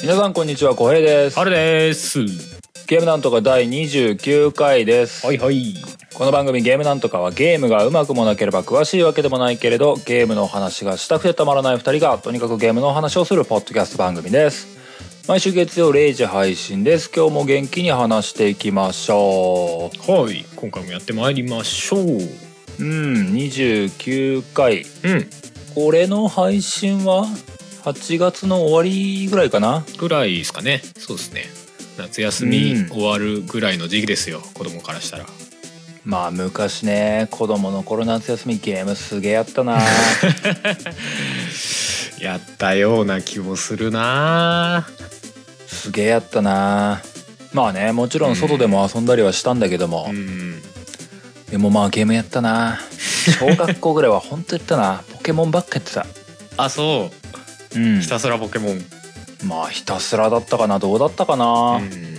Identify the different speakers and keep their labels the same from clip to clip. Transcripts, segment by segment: Speaker 1: 皆さんこんにちは、こへいです
Speaker 2: あ。れです。
Speaker 1: ゲームなんとか第29回です。
Speaker 2: はいはい。
Speaker 1: この番組ゲームなんとかはゲームがうまくもなければ詳しいわけでもないけれど、ゲームのお話がしたくてたまらない二人がとにかくゲームのお話をするポッドキャスト番組です。毎週月曜0時配信です。今日も元気に話していきましょ
Speaker 2: はい。今回もやってまいりましょう。うん。
Speaker 1: う。うん、29回。これの配信は8月の終わりぐらいかな
Speaker 2: ぐらいですかね。そうですね。夏休み
Speaker 1: うん
Speaker 2: 終わるぐらいの時期ですよ。子供からしたら。
Speaker 1: まあ昔ね子供の頃夏休みゲームすげえやったな
Speaker 2: やったような気もするな。
Speaker 1: すげえやったなまあねもちろん外でも遊んだりはしたんだけども
Speaker 2: う、ん。
Speaker 1: でもまあゲームやったな小学校ぐらいはほんとやったな ポケモンばっかやってた
Speaker 2: あ、そうう。
Speaker 1: ん
Speaker 2: ひたすらポケモン。
Speaker 1: まあひたすらだったかなどうだったかな、
Speaker 2: うん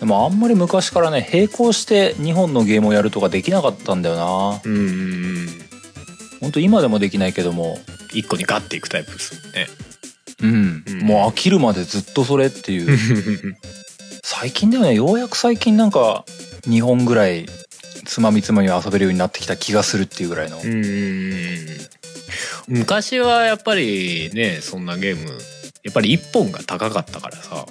Speaker 1: でもあんまり昔からね並行して2本のゲームをやるとかできなかったんだよな
Speaker 2: うんうんうん。
Speaker 1: ほんと今でもできないけども
Speaker 2: 一個にガッていくタイプですもん ね。
Speaker 1: うん、
Speaker 2: うん
Speaker 1: もう飽きるまでずっとそれっていう
Speaker 2: う
Speaker 1: 最近だよねようやく最近なんか2本ぐらいつまみつまみ遊べるようになってきた気がするっていうぐらいの
Speaker 2: んうんうん。昔はやっぱりね、そんなゲーム、やっぱり一本が高かったからさ、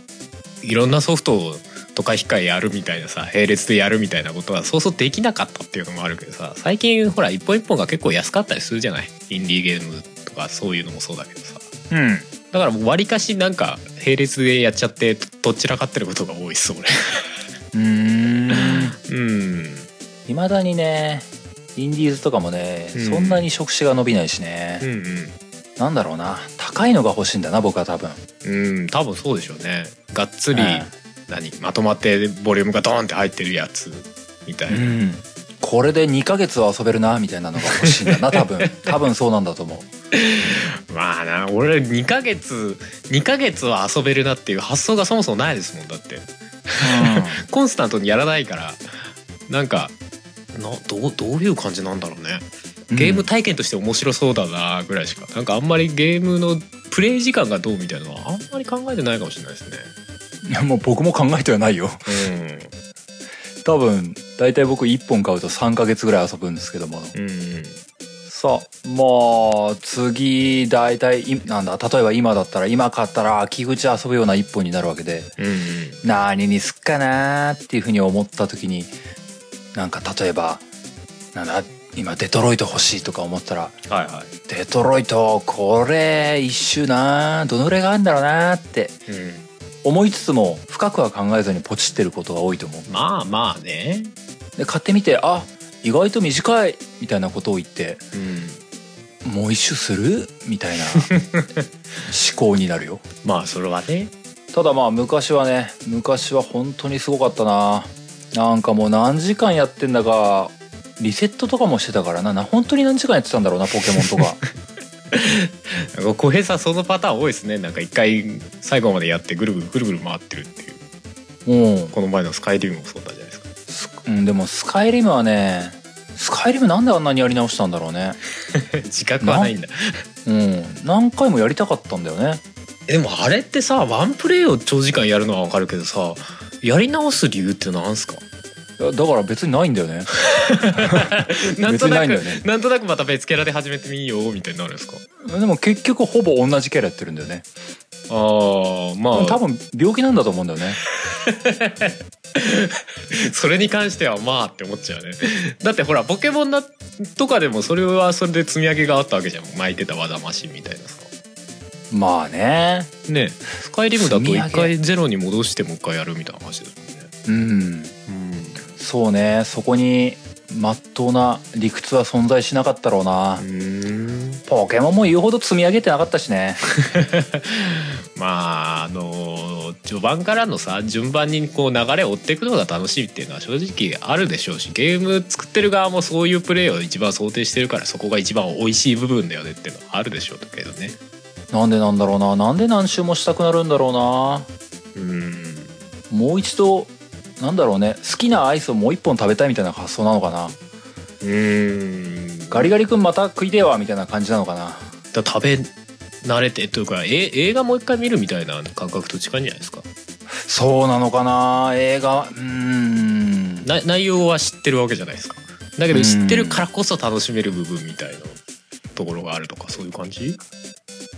Speaker 2: いろんなソフトをとか控えやるみたいなさ、並列でやるみたいなことはそうそうできなかったっていうのもあるけどさ、最近ほら一本一本が結構安かったりするじゃないインディーゲームとかそういうのもそうだけどさ。
Speaker 1: うん
Speaker 2: だからもう割かしなんか並列でやっちゃってどっちらかってることが多いっす、俺。
Speaker 1: うん
Speaker 2: うん。
Speaker 1: いまだにねインディーズとかもね、
Speaker 2: うん
Speaker 1: そんなに触手が伸びないしね、
Speaker 2: うんうん。
Speaker 1: なんだろうな高いのが欲しいんだな僕は多分
Speaker 2: うん多分そうでしょうねがっつり、
Speaker 1: うん
Speaker 2: 何まとまってボリュームがドーンって入ってるやつみたいな、
Speaker 1: んこれで2ヶ月は遊べるなみたいなのが欲しいんだ な多分多分そうなんだと思う
Speaker 2: まあな俺2ヶ月2ヶ月は遊べるなっていう発想がそもそもないですもんだってコンスタントにやらないからなんかなどうどういう感じなんだろうね
Speaker 1: うん
Speaker 2: ゲーム体験として面白そうだなぐらいしか、なんかあんまりゲームのプレイ時間がどうみたいなのはあんまり考えてないかもしれないですね
Speaker 1: いやもう僕も考えてはないよ多分大体僕1本買うと3ヶ月ぐらい遊ぶんですけども
Speaker 2: うんうん
Speaker 1: さあもう次大体いなんだ例えば今だったら今買ったら秋口遊ぶような一本になるわけで
Speaker 2: うんうん
Speaker 1: 何にすっかなーっていうふうに思った時になんか例えばなんだ今デトロイト欲しいとか思ったら
Speaker 2: はいは
Speaker 1: デトロイトこれ一周なーどのぐらいがあるんだろうなーって
Speaker 2: い、うん
Speaker 1: 思いつつも深くは考えずにポチってることが多いと思う
Speaker 2: まあまあね。
Speaker 1: で買ってみてあ意外と短いみたいなことを言って
Speaker 2: うん。
Speaker 1: もう一周するみたいな思考になるよ
Speaker 2: まあそれはね。
Speaker 1: ただまあ昔はね昔は本当にすごかったななんかもう何時間やってんだかリセットとかもしてたからなな本当に何時間やってたんだろうなポケモンとか
Speaker 2: 小平さんそのパターン多いですね。なんか一回最後までやってぐるぐるぐるぐる回ってるってい
Speaker 1: う
Speaker 2: う。
Speaker 1: ん
Speaker 2: この前のスカイリムもそうだじゃないですか。
Speaker 1: すうんでもスカイリムはねスカイリムなんであんなにやり直したんだろうね
Speaker 2: 自覚はないんだ。
Speaker 1: うん何回もやりたかったんだよね
Speaker 2: でもあれってさ、ワンプレイを長時間やるのはわかるけどさ、やり直す理由ってなんすか
Speaker 1: いやだから別にないんだよね
Speaker 2: なん
Speaker 1: 別
Speaker 2: となく
Speaker 1: にないんだ
Speaker 2: な
Speaker 1: よね
Speaker 2: んとなくまた別キャラで始めてみようみたいになるんですか
Speaker 1: でも結局ほぼ同じキャラやってるんだよね
Speaker 2: ああ、まあ、
Speaker 1: 多分病気なんだと思うんだよね
Speaker 2: それに関してはまあって思っちゃうね。 だってほら、ポケモンだとかでもそれはそれで積み上げがあったわけじゃん。巻いてたわだましみたいなさ。
Speaker 1: まあね
Speaker 2: ねスカイリムだと
Speaker 1: 積み上げ
Speaker 2: 一回ゼロに戻してもう一回やるみたいな話です
Speaker 1: うん
Speaker 2: もんね。
Speaker 1: そうねそこに真っ当な理屈は存在しなかったろうな、
Speaker 2: うん。
Speaker 1: ポケモンも言うほど積み上げてなかったしね
Speaker 2: まあ、あの序盤からのさ、順番にこう流れを追っていくのが楽しいっていうのは正直あるでしょうし、ゲーム作ってる側もそういうプレイを一番想定してるから、そこが一番美味しい部分だよねっていうのはあるでしょうけどね。
Speaker 1: なんでなんだろうななんで何周もしたくなるんだろうな
Speaker 2: うん。
Speaker 1: もう一度なんだろうね好きなアイスをもう一本食べたいみたいな発想なのかな
Speaker 2: うん。
Speaker 1: ガリガリ君また食いてえわみたいな感じなのかな
Speaker 2: だから食べ慣れてというかえ映画もう一回見るみたいな感覚と近いんじゃないですか
Speaker 1: そうなのかな映画うーん
Speaker 2: な内容は知ってるわけじゃないですかだけど知ってるからこそ楽しめる部分みたいなところがあるとかそういう感じ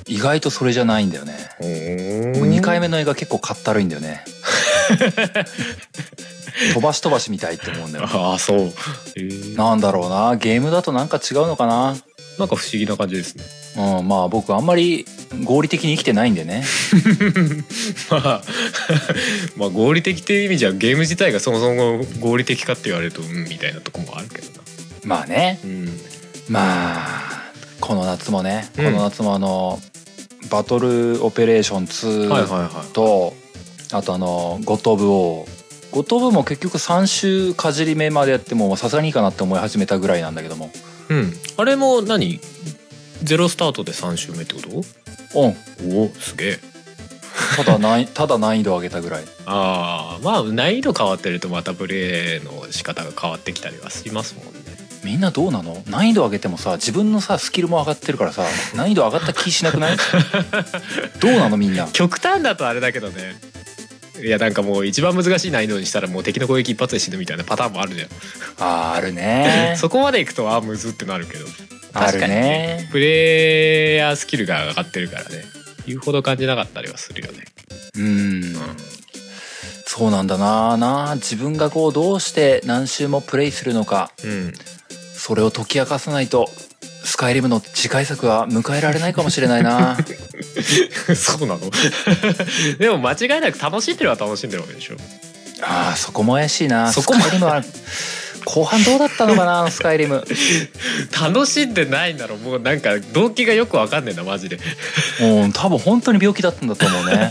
Speaker 1: 意外とそれじゃないんだよね
Speaker 2: も
Speaker 1: 僕2回目の映画結構かったるいんだよね飛ばし飛ばしみたいって思うんだよ
Speaker 2: ああそう、えーな
Speaker 1: なんだろうなゲームだとなんか違うのかな
Speaker 2: なんか不思議な感じですね
Speaker 1: うん、まあ僕あんまり合理的に生きてないんでね
Speaker 2: まあまあ合理的っていう意味じゃゲーム自体がそもそも合理的かって言われるとうんみたいなとこもあるけどな
Speaker 1: まあね
Speaker 2: うん
Speaker 1: まあこの夏もね、
Speaker 2: うん
Speaker 1: この夏もあの「バトルオペレーション2」
Speaker 2: はいはいは
Speaker 1: とあとあの「ゴトブ王」「ゴトブ」も結局3週かじり目までやってもさすがにいいかなって思い始めたぐらいなんだけども
Speaker 2: い、うん、あれも何ゼロスタートで3周目ってこと
Speaker 1: うん
Speaker 2: おおすげえ
Speaker 1: ただ難易ただ難易度を上げたぐらい
Speaker 2: ああまあ難易度変わってるとまたプレイの仕方が変わってきたりはしますもんね
Speaker 1: みんなどうなの難易度上げてもさ自分のさスキルも上がってるからさ難易度上がった気しなくない どうなのみんな
Speaker 2: 極端だとあれだけどねいやなんかもう一番難しい難易度にしたらもう敵の攻撃一発で死ぬみたいなパターンもあるじゃん、
Speaker 1: あーあるね
Speaker 2: そこまでいくとあむずってなるけど
Speaker 1: ある
Speaker 2: 確かに
Speaker 1: ね
Speaker 2: プレイヤースキルが上がってるからね言うほど感じなかったりはするよね
Speaker 1: うんそうなんだなあなあ自分がこうどうして何周もプレイするのか
Speaker 2: うん
Speaker 1: それを解き明かさないとスカイリムの次回作は迎えられないかもしれない な
Speaker 2: そうなの でも間違いなく楽しんでるは楽しんでるわけでしょ
Speaker 1: あーそこも怪しいな
Speaker 2: そこも
Speaker 1: スカイリムは後半どうだったのかなあのスカイリ ム
Speaker 2: 楽しんでないんだろうもうなんか動機がよくわかんねえなマジで
Speaker 1: うん多分本当に病気だったんだと思うね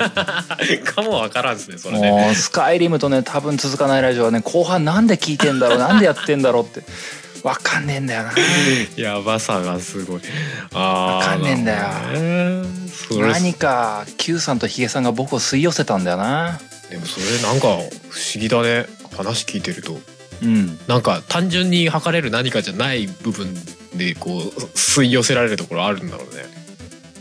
Speaker 2: かもわからんですねそれね
Speaker 1: もうスカイリムとね多分続かないラジオはね後半なんで聞いてんだ ろうなんでやってんだろうってわかんねえんだよな
Speaker 2: やばさがすごいあー
Speaker 1: わかんねえんだよ
Speaker 2: なるほどねそれ
Speaker 1: 何か Q さんとヒゲさんが僕を吸い寄せたんだよな
Speaker 2: でもそれなんか不思議だね話聞いてると
Speaker 1: うん
Speaker 2: なんか単純に測れる何かじゃない部分でこう吸い寄せられるところあるんだろうね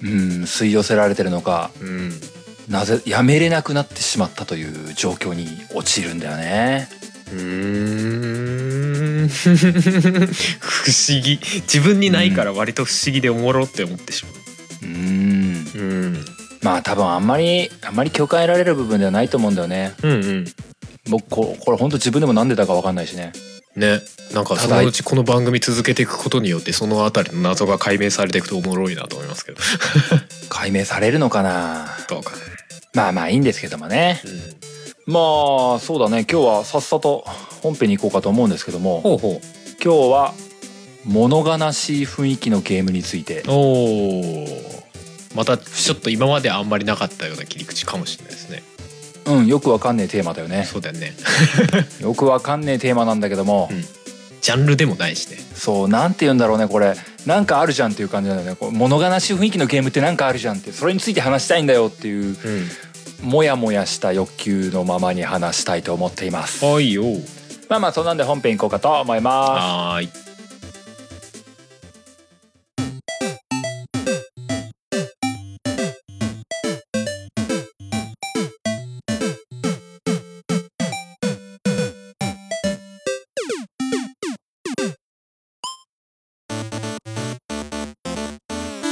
Speaker 1: うん、吸い寄せられてるのか
Speaker 2: うん
Speaker 1: なぜやめれなくなってしまったという状況に陥るんだよね
Speaker 2: うーん 不思議自分にないから割と不思議でおもろって思ってしま
Speaker 1: うん
Speaker 2: う、うん、
Speaker 1: まあ多分あんまりあんまり許可得られる部分ではないと思うんだよね
Speaker 2: うんうん
Speaker 1: 僕ここれ本当自分でも何でだか分かんないしね
Speaker 2: ねなんかそ
Speaker 1: ただ
Speaker 2: のうちこの番組続けていくことによってそのあたりの謎が解明されていくとおもろいなと思いますけ ど
Speaker 1: 解明されるのかな
Speaker 2: どうかね、
Speaker 1: まあまあいいんですけどもねまあそうだね今日はさっさと本編に行こうかと思うんですけども
Speaker 2: うほ
Speaker 1: 今日は物悲しい雰囲気のゲームについて
Speaker 2: おおまたちょっと今まであんまりなかったような切り口かもしれないですね
Speaker 1: うんよくわかんねえテーマだよね
Speaker 2: そうだよね
Speaker 1: よくわかんねえテーマなんだけども、
Speaker 2: うんジャンルでもないしね
Speaker 1: そうなんて言うんだろうねこれなんかあるじゃんっていう感じなんだよねこう物悲しい雰囲気のゲームってなんかあるじゃんってそれについて話したいんだよっていうモヤモヤした欲求のままに話したいと思っています
Speaker 2: はいよ
Speaker 1: まあまあそんなんで本編行こうかと思いま
Speaker 2: はーい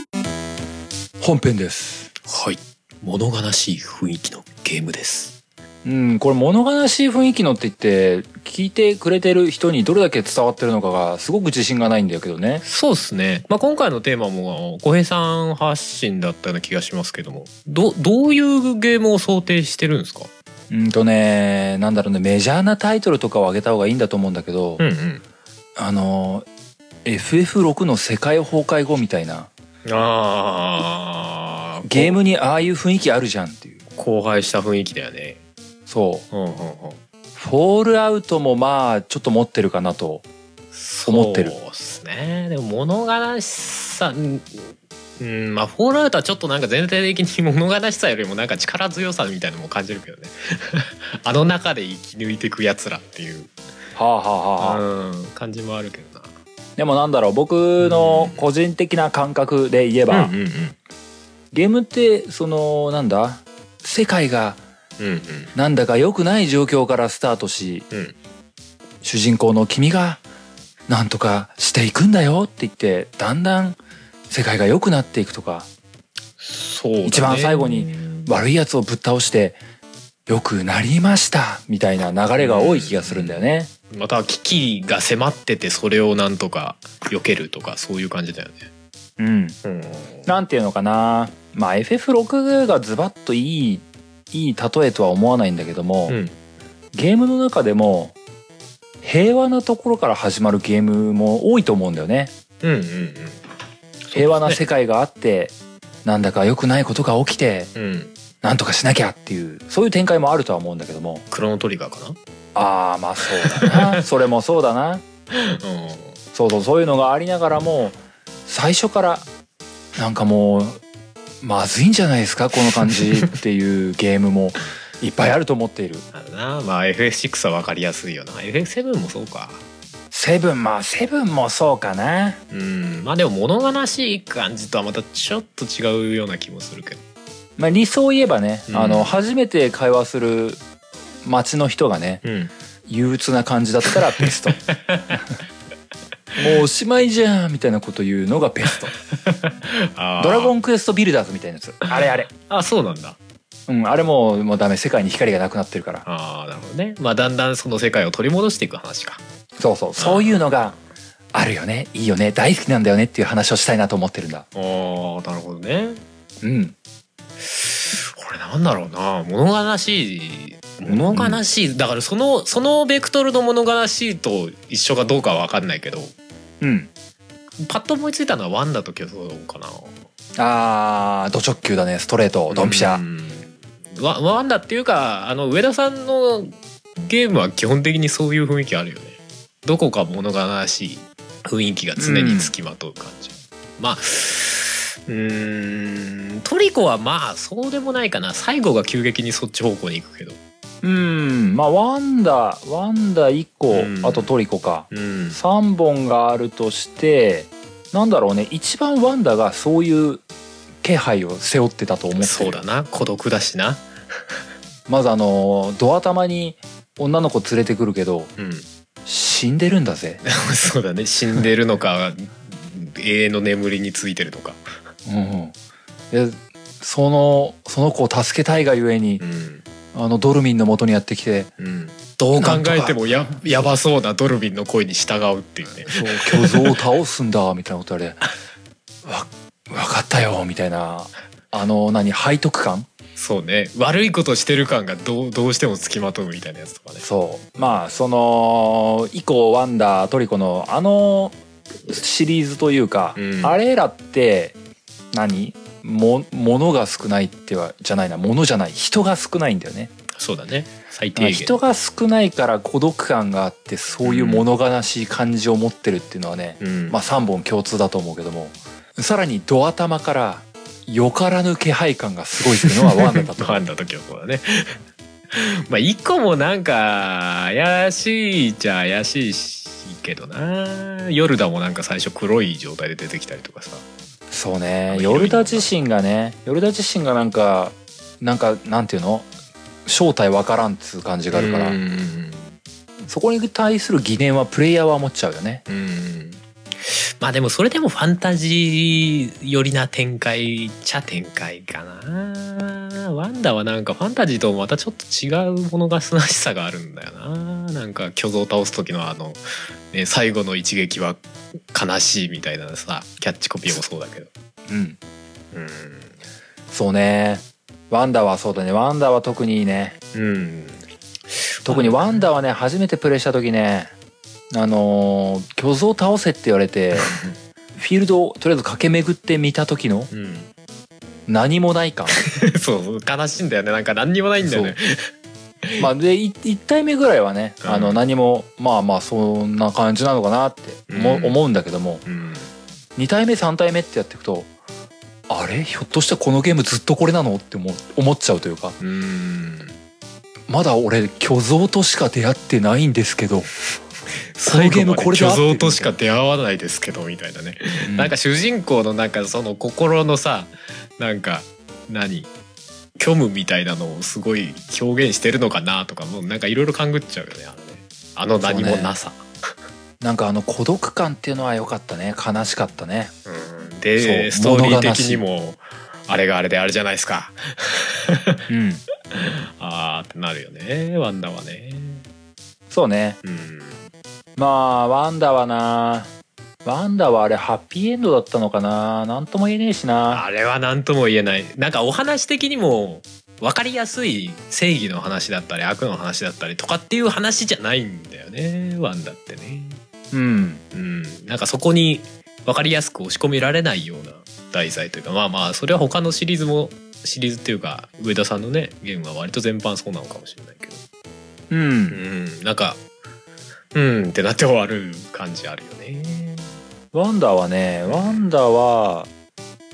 Speaker 1: す本編です
Speaker 2: はい物悲しい雰囲気のゲームです
Speaker 1: うんこれ物悲しい雰囲気のって言って聞いてくれてる人にどれだけ伝わってるのかがすごく自信がないんだけどね
Speaker 2: そうですね、まあ、今回のテーマも小平さん発信だったような気がしますけどもどどういうゲームを想定してるんですか
Speaker 1: うんとねなんだろうねメジャーなタイトルとかを上げた方がいいんだと思うんだけど、
Speaker 2: うんうん
Speaker 1: あの FF6 の世界崩壊後みたいな
Speaker 2: あー
Speaker 1: ゲームにああいう雰囲気あるじゃんっていう
Speaker 2: こ荒廃した雰囲気だよね
Speaker 1: そう
Speaker 2: うんうんうん
Speaker 1: フォールアウトもまあちょっと持ってるかなと思ってる
Speaker 2: そうですねでも物悲しさうんうんまあフォールアウトはちょっとなんか全体的に 物悲しさよりもなんか力強さみたいなのも感じるけどね あの中で生き抜いていくやつらっていう、
Speaker 1: はあはあはあはあ、
Speaker 2: うん、感じもあるけどな
Speaker 1: でもなんだろう僕の個人的な感覚で言えば、
Speaker 2: うんうんうん
Speaker 1: ゲームってそのなんだ世界が
Speaker 2: うんうん
Speaker 1: なんだか良くない状況からスタートし
Speaker 2: うん
Speaker 1: 主人公の君がなんとかしていくんだよって言ってだんだん世界が良くなっていくとか
Speaker 2: そうだね
Speaker 1: 一番最後に悪いやつをぶっ倒して良くなりましたみたいな流れが多い気がするんだよね。
Speaker 2: または危機が迫っててそれをなんとか避けるとかそういう感じだよね
Speaker 1: うん、
Speaker 2: うん
Speaker 1: なんていうのかなまあ FF6 がズバッといいいい例えとは思わないんだけども、
Speaker 2: うん
Speaker 1: ゲームの中でも平和なところから始まるゲームも多いと思うんだよね。
Speaker 2: うんうん
Speaker 1: 平和な世界があってなんだか良くないことが起きて
Speaker 2: うんうん
Speaker 1: なんとかしなきゃっていうそういう展開もあるとは思うんだけども
Speaker 2: クロノトリガーか
Speaker 1: ああまあそうだな それもそうだな
Speaker 2: なうん
Speaker 1: そうそうそういうのがありながらも最初からなんかもうまずいんじゃないですかこの感じっていうゲームもいっぱいあると思っている。
Speaker 2: あるなまあ FF6 は分かりやすいよな FF7 もそうか
Speaker 1: セブンまあセブンもそうかな。
Speaker 2: うんまあでも物悲しい感じとはまたちょっと違うような気もするけど
Speaker 1: まあ、理想を言えばね、
Speaker 2: うん
Speaker 1: あの初めて会話する街の人がね
Speaker 2: うん
Speaker 1: 憂鬱な感じだったらベ ストもうおしまいじゃんみたいなこと言うのがベスト
Speaker 2: あ
Speaker 1: ドラゴ
Speaker 2: ン
Speaker 1: ンクエストビルダーズみたいなやつあれあれ
Speaker 2: あそうなんだ
Speaker 1: うんあれもうもうダメ世界に光がなくなってるから
Speaker 2: ああなるほどねまあだんだんその世界を取り戻していく話か
Speaker 1: そうそうそういうのがあるよねいいよね大好きなんだよねっていう話をしたいなと思ってるんだ
Speaker 2: ああなるほどね
Speaker 1: うん
Speaker 2: これなんだろうな物悲しい物悲しい、だからそのそのベクトルの物悲しいと一緒かどうかは分かんないけど
Speaker 1: うん
Speaker 2: パッと思いついたのはワンダと巨像かな
Speaker 1: あード直球だねストレートドンピシャ、
Speaker 2: うんワワンダっていうかあの上田さんのゲームは基本的にそういう雰囲気あるよねどこか物悲しい雰囲気が常につきまとう感じ、まあうーんトリコはまあそうでもないかな最後が急激にそっち方向に行くけど
Speaker 1: うんまあワンダワンダ1個、
Speaker 2: うん
Speaker 1: あとトリコか
Speaker 2: うん
Speaker 1: 3本があるとしてなんだろうね一番ワンダがそういう気配を背負ってたと思ってる
Speaker 2: そうだな孤独だしな
Speaker 1: まずあのドア玉に女の子連れてくるけど
Speaker 2: うん
Speaker 1: 死んでるんだぜ、
Speaker 2: そうだね死んでるのか永遠の眠りについてるのか
Speaker 1: うんうん、でそのその子を助けたいがゆえに
Speaker 2: うん
Speaker 1: あのドルミンの元にやってきて
Speaker 2: うんどう考えてもややばそうなドルビンの声に従うっていうね
Speaker 1: そう巨像を倒すんだみたいなことあれわ分かったよみたいなあの何背徳感
Speaker 2: そうね悪いことしてる感がどうどうしてもつきまとうみたいなやつとかね
Speaker 1: そうまあその以降ワンダートリコのあのシリーズというか、
Speaker 2: うん
Speaker 1: あれらって何も物が少ないってはじゃないな物じゃない人が少ないんだよね
Speaker 2: そうだね最低限
Speaker 1: 人が少ないから孤独感があってそういう物悲しい感じを持ってるっていうのはね、
Speaker 2: うん
Speaker 1: まあ3本共通だと思うけどもさらにドア玉からよからぬ気配感がすごいっていうのはワンダだと思
Speaker 2: ワンダと巨像だね まあ一個もなんか怪しいっちゃ怪しいしけどなヨルダもなんか最初黒い状態で出てきたりとかさ
Speaker 1: うそうねヨルダ自身がねヨルダ自身がなんかなんかなんていうの正体わからんっつう感じがあるから、
Speaker 2: うんうんうん
Speaker 1: そこに対する疑念はプレイヤーは持っちゃうよね
Speaker 2: うんまあでもそれでもファンタジー寄りな展開っちゃ展開かなワンダはなんかファンタジーともまたちょっと違うものがすなしさがあるんだよななんか巨像を倒す時のあの、ね、最後の一撃は悲しいみたいなさキャッチコピーもそうだけど
Speaker 1: うん
Speaker 2: うん
Speaker 1: そうねワンダはそうだねワンダは特にいいね
Speaker 2: うん
Speaker 1: 特にワンダはね初めてプレイした時ねあのー巨像倒せって言われ てフィールドをとりあえず駆け巡ってみた時の
Speaker 2: うん
Speaker 1: 何もない感
Speaker 2: そうそう悲しいんだよねなんか何にもないんだよね
Speaker 1: まあでい一体目ぐらいはね、
Speaker 2: うん
Speaker 1: あの何もまあまあそんな感じなのかなっても、
Speaker 2: うん
Speaker 1: 思うんだけども
Speaker 2: うん
Speaker 1: 2体目3体目ってやっていくとあれひょっとしてこのゲームずっとこれなのって思う思っちゃうというか
Speaker 2: うん
Speaker 1: まだ俺巨像としか出会ってないんですけど、
Speaker 2: 最後まで
Speaker 1: この
Speaker 2: 巨
Speaker 1: ゲームこれで合ってる
Speaker 2: 像としか出会わないですけどみたいなねなんか主人公のなんかその心のさなんか何虚無みたいなのをすごい表現してるのかなとかもうなんかいろいろ勘ぐっちゃうよねあれねあの何もなさ。
Speaker 1: なんかあの孤独感っていうのは良かったね悲しかったね
Speaker 2: うん
Speaker 1: そう
Speaker 2: でストーリー
Speaker 1: 物悲
Speaker 2: 的
Speaker 1: しい
Speaker 2: にもあれがあれであれじゃないですか
Speaker 1: うん
Speaker 2: あーってなるよねワンダはね
Speaker 1: そうね
Speaker 2: うん
Speaker 1: まあワンダはなワンダはあれハッピーエンドだったのかななんとも言えねえしな
Speaker 2: あれは何とも言えないなんかお話的にも分かりやすい正義の話だったり悪の話だったりとかっていう話じゃないんだよねワンダってね
Speaker 1: うん
Speaker 2: うんなんかそこに分かりやすく押し込められないような題材というかまあまあそれは他のシリーズもシリーズっていうか上田さんのねゲームは割と全般そうなのかもしれないけど
Speaker 1: うん、
Speaker 2: うんなんかうんってなって終わる感じあるよね
Speaker 1: ワンダはねワンダは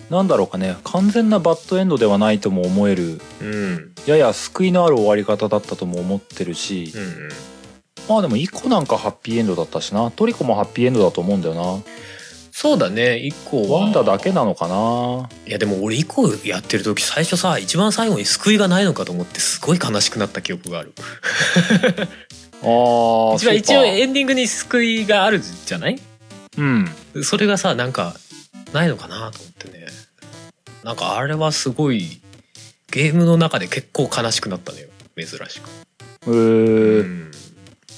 Speaker 1: なんだろうかね完全なバッドエンドではないとも思える
Speaker 2: うん
Speaker 1: やや救いのある終わり方だったとも思ってるし、
Speaker 2: うんうん
Speaker 1: まあでもイコなんかハッピーエンドだったしなトリコもハッピーエンドだと思うんだよな
Speaker 2: そうだね一個は
Speaker 1: ワンダだけなのかない
Speaker 2: やでも俺以降やってる時最初さ一番最後に救いがないのかと思ってすごい悲しくなった記憶がある
Speaker 1: あー
Speaker 2: 一応
Speaker 1: そうか
Speaker 2: 一応エンディングに救いがあるじゃない
Speaker 1: うん
Speaker 2: それがさなんかないのかなと思ってねなんかあれはすごいゲームの中で結構悲しくなったのよ珍しく、
Speaker 1: うー
Speaker 2: うん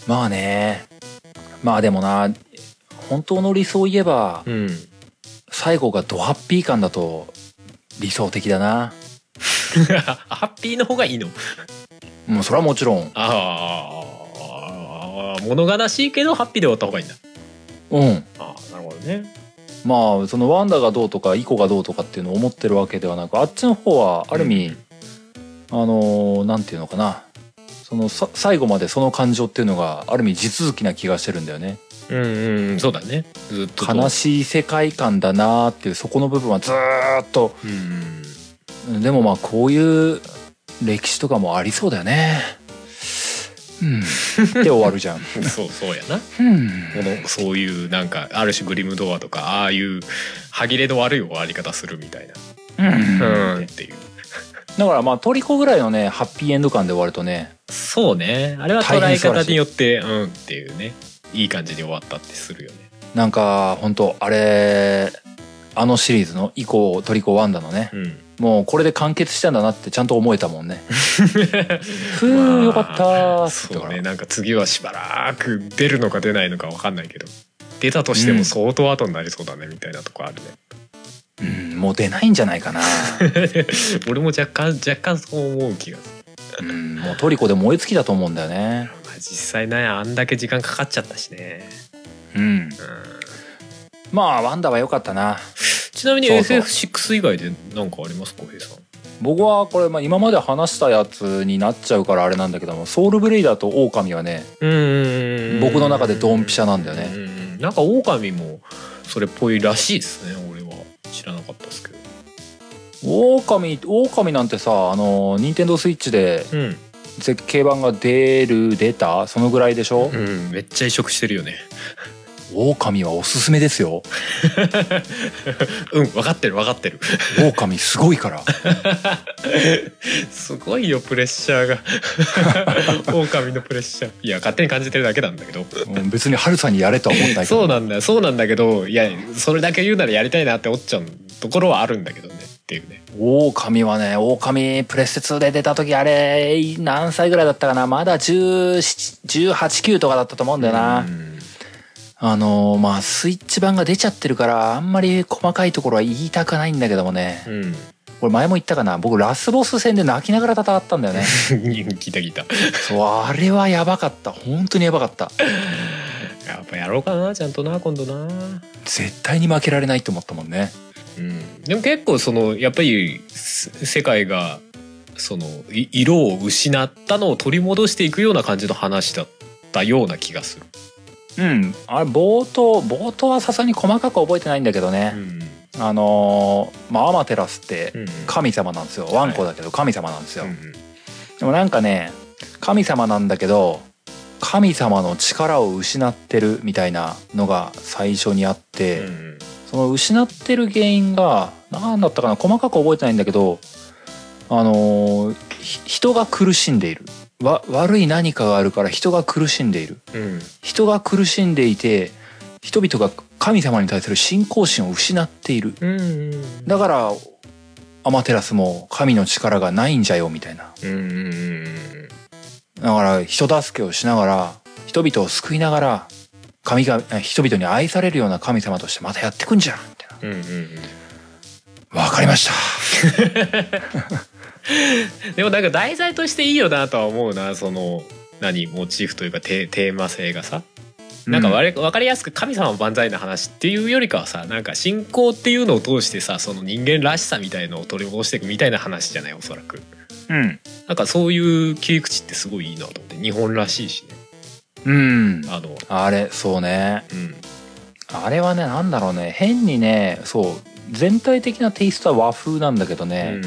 Speaker 1: まあねまあでもな本当の理想を言えば
Speaker 2: うん
Speaker 1: 最後がドハッピー感だと理想的だな
Speaker 2: ハッピーの方がいいの
Speaker 1: もうそれはもちろん
Speaker 2: ああ物悲しいけどハッピーで終わった方がいいんだ
Speaker 1: うん
Speaker 2: ああなるほどね
Speaker 1: まあそのワンダがどうとかイコがどうとかっていうのを思ってるわけではなくあっちの方はある意味、あのーなんていうのかなそのさ最後までその感情っていうのがある意味地続きな気がしてるんだよね
Speaker 2: うんうんそうだねずっと
Speaker 1: 悲しい世界観だなーっていうそこの部分はずーっと
Speaker 2: うんうん
Speaker 1: でもまあこういう歴史とかもありそうだよねうんで終わるじゃん
Speaker 2: そうそうやな
Speaker 1: うん
Speaker 2: このそういうなんかある種グリムドアとかああいう歯切れの悪い終わり方するみたいなうんっていう
Speaker 1: だからまあトリコぐらいのねハッピーエンド感で終わるとね
Speaker 2: そうねあれは捉
Speaker 1: 大
Speaker 2: え
Speaker 1: 変素晴ら
Speaker 2: 方
Speaker 1: しい
Speaker 2: によってうんっていうねいい感じに終わったってするよね
Speaker 1: なんか本当あれあのシリーズの以降トリコワンダのね
Speaker 2: うん
Speaker 1: もうこれで完結したんだなってちゃんと思えたもんねふう、
Speaker 2: まあ
Speaker 1: よかったーって
Speaker 2: そう
Speaker 1: 言
Speaker 2: ね
Speaker 1: って
Speaker 2: なんか次はしばらく出るのか出ないのか分かんないけど出たとしても相当後になりそうだねみたいなとこあるね、
Speaker 1: たからうんもう出ないんじゃない かな
Speaker 2: 俺も若干若干そう思う気がする
Speaker 1: うんもうトリコで燃え尽きだと思うんだよね
Speaker 2: まあ実際ねあんだけ時間かかっちゃったしね
Speaker 1: うん
Speaker 2: うん
Speaker 1: まあワンダは良かったな
Speaker 2: ちなみに
Speaker 1: そうそう
Speaker 2: FF6 以外で何かありますか、平さん。
Speaker 1: 僕はこれ、まあ、今まで話したやつになっちゃうからあれなんだけどもソウルブレイダーとオオカミはね
Speaker 2: うん
Speaker 1: 僕の中でドンピシャなんだよね
Speaker 2: ね。なんか狼もそれっぽいらしいですね。俺は知らなかったですけど。
Speaker 1: オオカミオオカミなんてさあの任天堂スイッチで
Speaker 2: うん。
Speaker 1: 絶景版が出る出たそのぐらいでしょ
Speaker 2: うん。めっちゃ移植してるよね。
Speaker 1: オオカミはおすすめですよ
Speaker 2: うん。分かってる分かってる。
Speaker 1: オオカミすごいから
Speaker 2: すごいよプレッシャー が。狼のプレッシャー。いや勝手に感じてるだけなんだけど。
Speaker 1: うん別にハルさんにやれとは思ったけど
Speaker 2: そうなんだよそうなんだけどいやそれだけ言うならやりたいなっておっちゃうところはあるんだけどねっていうね。
Speaker 1: オオカミはねオオカミプレステ2で出た時あれ何歳ぐらいだったかなまだ171819とかだったと思うんだよな、
Speaker 2: うん
Speaker 1: あのーまあスイッチ版が出ちゃってるからあんまり細かいところは言いたくないんだけどもね
Speaker 2: うん。
Speaker 1: これ前も言ったかな僕ラスボス戦で泣きながら戦ったんだ よね
Speaker 2: 聞いた聞いた
Speaker 1: そうあれはやばかった本当にやばかった
Speaker 2: やっぱやろうかなちゃんとな今度な
Speaker 1: 絶対に負けられないと思ったもんね
Speaker 2: うんでも結構そのやっぱりす世界がそのい色を失ったのを取り戻していくような感じの話だったような気がする、
Speaker 1: うんあれ冒頭冒頭はさすがに細かく覚えてないんだけどね、
Speaker 2: ん
Speaker 1: あのーまあアマテラスって
Speaker 2: うん、
Speaker 1: 神様なんですよワンコだけど神様なんですよ、
Speaker 2: うん
Speaker 1: でもなんかね神様なんだけど神様の力を失ってるみたいなのが最初にあって、
Speaker 2: うん
Speaker 1: その失ってる原因が何だったかな細かく覚えてないんだけどあのーひ人が苦しんでいるわ悪い何かがあるから人が苦しんでいる
Speaker 2: うん
Speaker 1: 人が苦しんでいて人々が神様に対する信仰心を失っている
Speaker 2: うん
Speaker 1: だからアマテラスも神の力がないんじゃよみたいな
Speaker 2: うんうん
Speaker 1: だから人助けをしながら人々を救いながら神がえ人々に愛されるような神様としてまたやってくんじゃんみたい
Speaker 2: うんうんうん
Speaker 1: なわかりました
Speaker 2: でもなんか題材としていいよなとは思うなその何モチーフというかテテーマ性がさなんか
Speaker 1: れ、
Speaker 2: わ分かりやすく神様万歳の話っていうよりかはさなんか信仰っていうのを通してさその人間らしさみたいのを取り戻していくみたいな話じゃないおそらく
Speaker 1: うん
Speaker 2: なんかそういう切り口ってすごいいいなと思って日本らしいしね
Speaker 1: うん
Speaker 2: あの
Speaker 1: あれそうね
Speaker 2: うん
Speaker 1: あれはねなんだろうね変にねそう全体的なテイストは和風なんだけど
Speaker 2: う
Speaker 1: ね
Speaker 2: ん、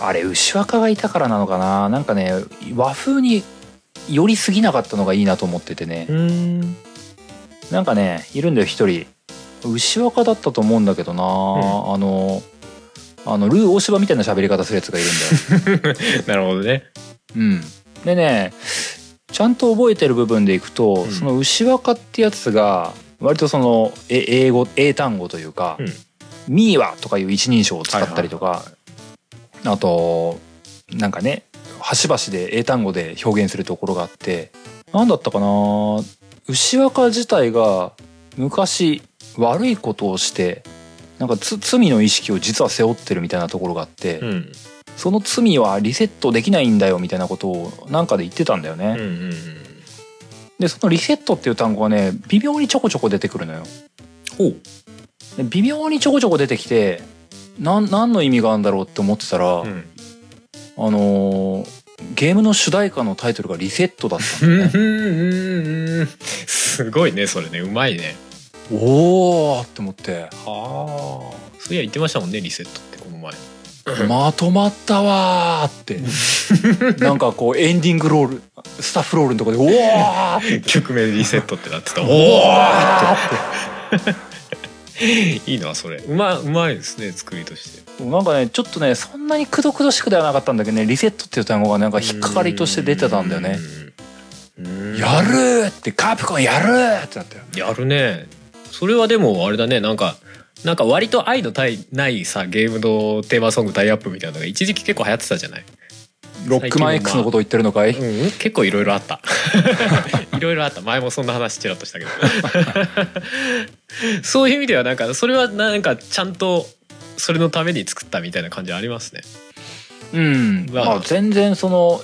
Speaker 1: あれ牛若がいたからなのかななんかね和風に寄りすぎなかったのがいいなと思っててね
Speaker 2: うん
Speaker 1: なんかねいるんだよ一人牛若だったと思うんだけどな、あのあのルー大柴みたいな喋り方するやつがいるんだよ
Speaker 2: なるほどね
Speaker 1: うん、でねちゃんと覚えてる部分でいくと、
Speaker 2: うん
Speaker 1: その牛若ってやつが割とそのえ英語英単語というか
Speaker 2: うん
Speaker 1: 「ミーは」とかいう一人称を使ったりとか、あとなんかね端々で英単語で表現するところがあって何だったかな牛若自体が昔悪いことをしてなんかつ罪の意識を実は背負ってるみたいなところがあって。
Speaker 2: うん
Speaker 1: その罪はリセットできないんだよみたいなことをなんかで言ってたんだよ
Speaker 2: うん
Speaker 1: ね、
Speaker 2: うん
Speaker 1: でそのリセットっていう単語がね微妙にちょこちょこ出てくるのよ
Speaker 2: ほう
Speaker 1: で微妙にちょこちょこ出てきてなん何の意味があるんだろうって思ってたら、
Speaker 2: うん
Speaker 1: あのーゲームの主題歌のタイトルが「リセット」だった
Speaker 2: うんん
Speaker 1: だね
Speaker 2: うんうんすごいねそれねうまいね
Speaker 1: おーって思って
Speaker 2: はあそういや言ってましたもんねリセットってこの 前
Speaker 1: まとまったわーって なんかこうエンディングロールスタッフロールのとこで「おー!」って
Speaker 2: 曲名リセットってなってた お おいいなそれうまうまいですね作りとして
Speaker 1: なんかねちょっとねそんなにくどくどしくではなかったんだけどねリセットっていう単語がなんか引っかかりとして出てたんだよね
Speaker 2: うーん
Speaker 1: やるーってカプコンやるーってなったよ
Speaker 2: やるねそれはでもあれだねなんかなんか割と愛のたいないさゲームのテーマソングタイアップみたいなのが一時期結構流行ってたじゃない、
Speaker 1: ロックマン X のことを言ってるのかい、
Speaker 2: うん、結構いろいろあった いろいろあった前もそんな話ちらっとしたけど そういう意味ではなんかそれはなんかちゃんとそれのために作ったみたいな感じありますね
Speaker 1: うん
Speaker 2: まあ
Speaker 1: まあ全然その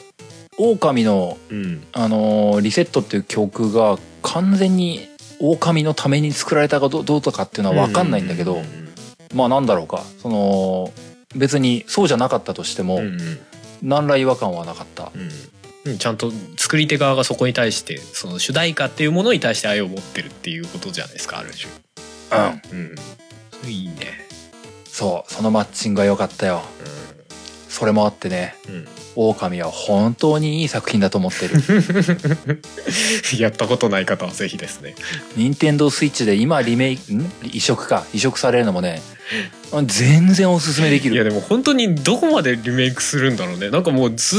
Speaker 1: 狼の
Speaker 2: うん
Speaker 1: あのーリセットっていう曲が完全に狼のために作られたかどどうとかっていうのは分かんないんだけど、
Speaker 2: うん
Speaker 1: まあなんだろうかその別にそうじゃなかったとしても、
Speaker 2: うんうん
Speaker 1: 何ら違和感はなかった
Speaker 2: うんうんちゃんと作り手側がそこに対してその主題歌っていうものに対して愛を持ってるっていうことじゃないですかある種
Speaker 1: うん
Speaker 2: うんそれいいね
Speaker 1: そうそのマッチングが良かったよそれもあってね
Speaker 2: うん、 うん、
Speaker 1: 狼は本当にいい作品だと思 ってる
Speaker 2: やったことない方はぜひですね
Speaker 1: 任天堂スイッチで今リメイクん移植か移植されるのもね全然おすすめでき
Speaker 2: い
Speaker 1: る
Speaker 2: やでも本当にどこまでリメイクするんだろうねなんかもうず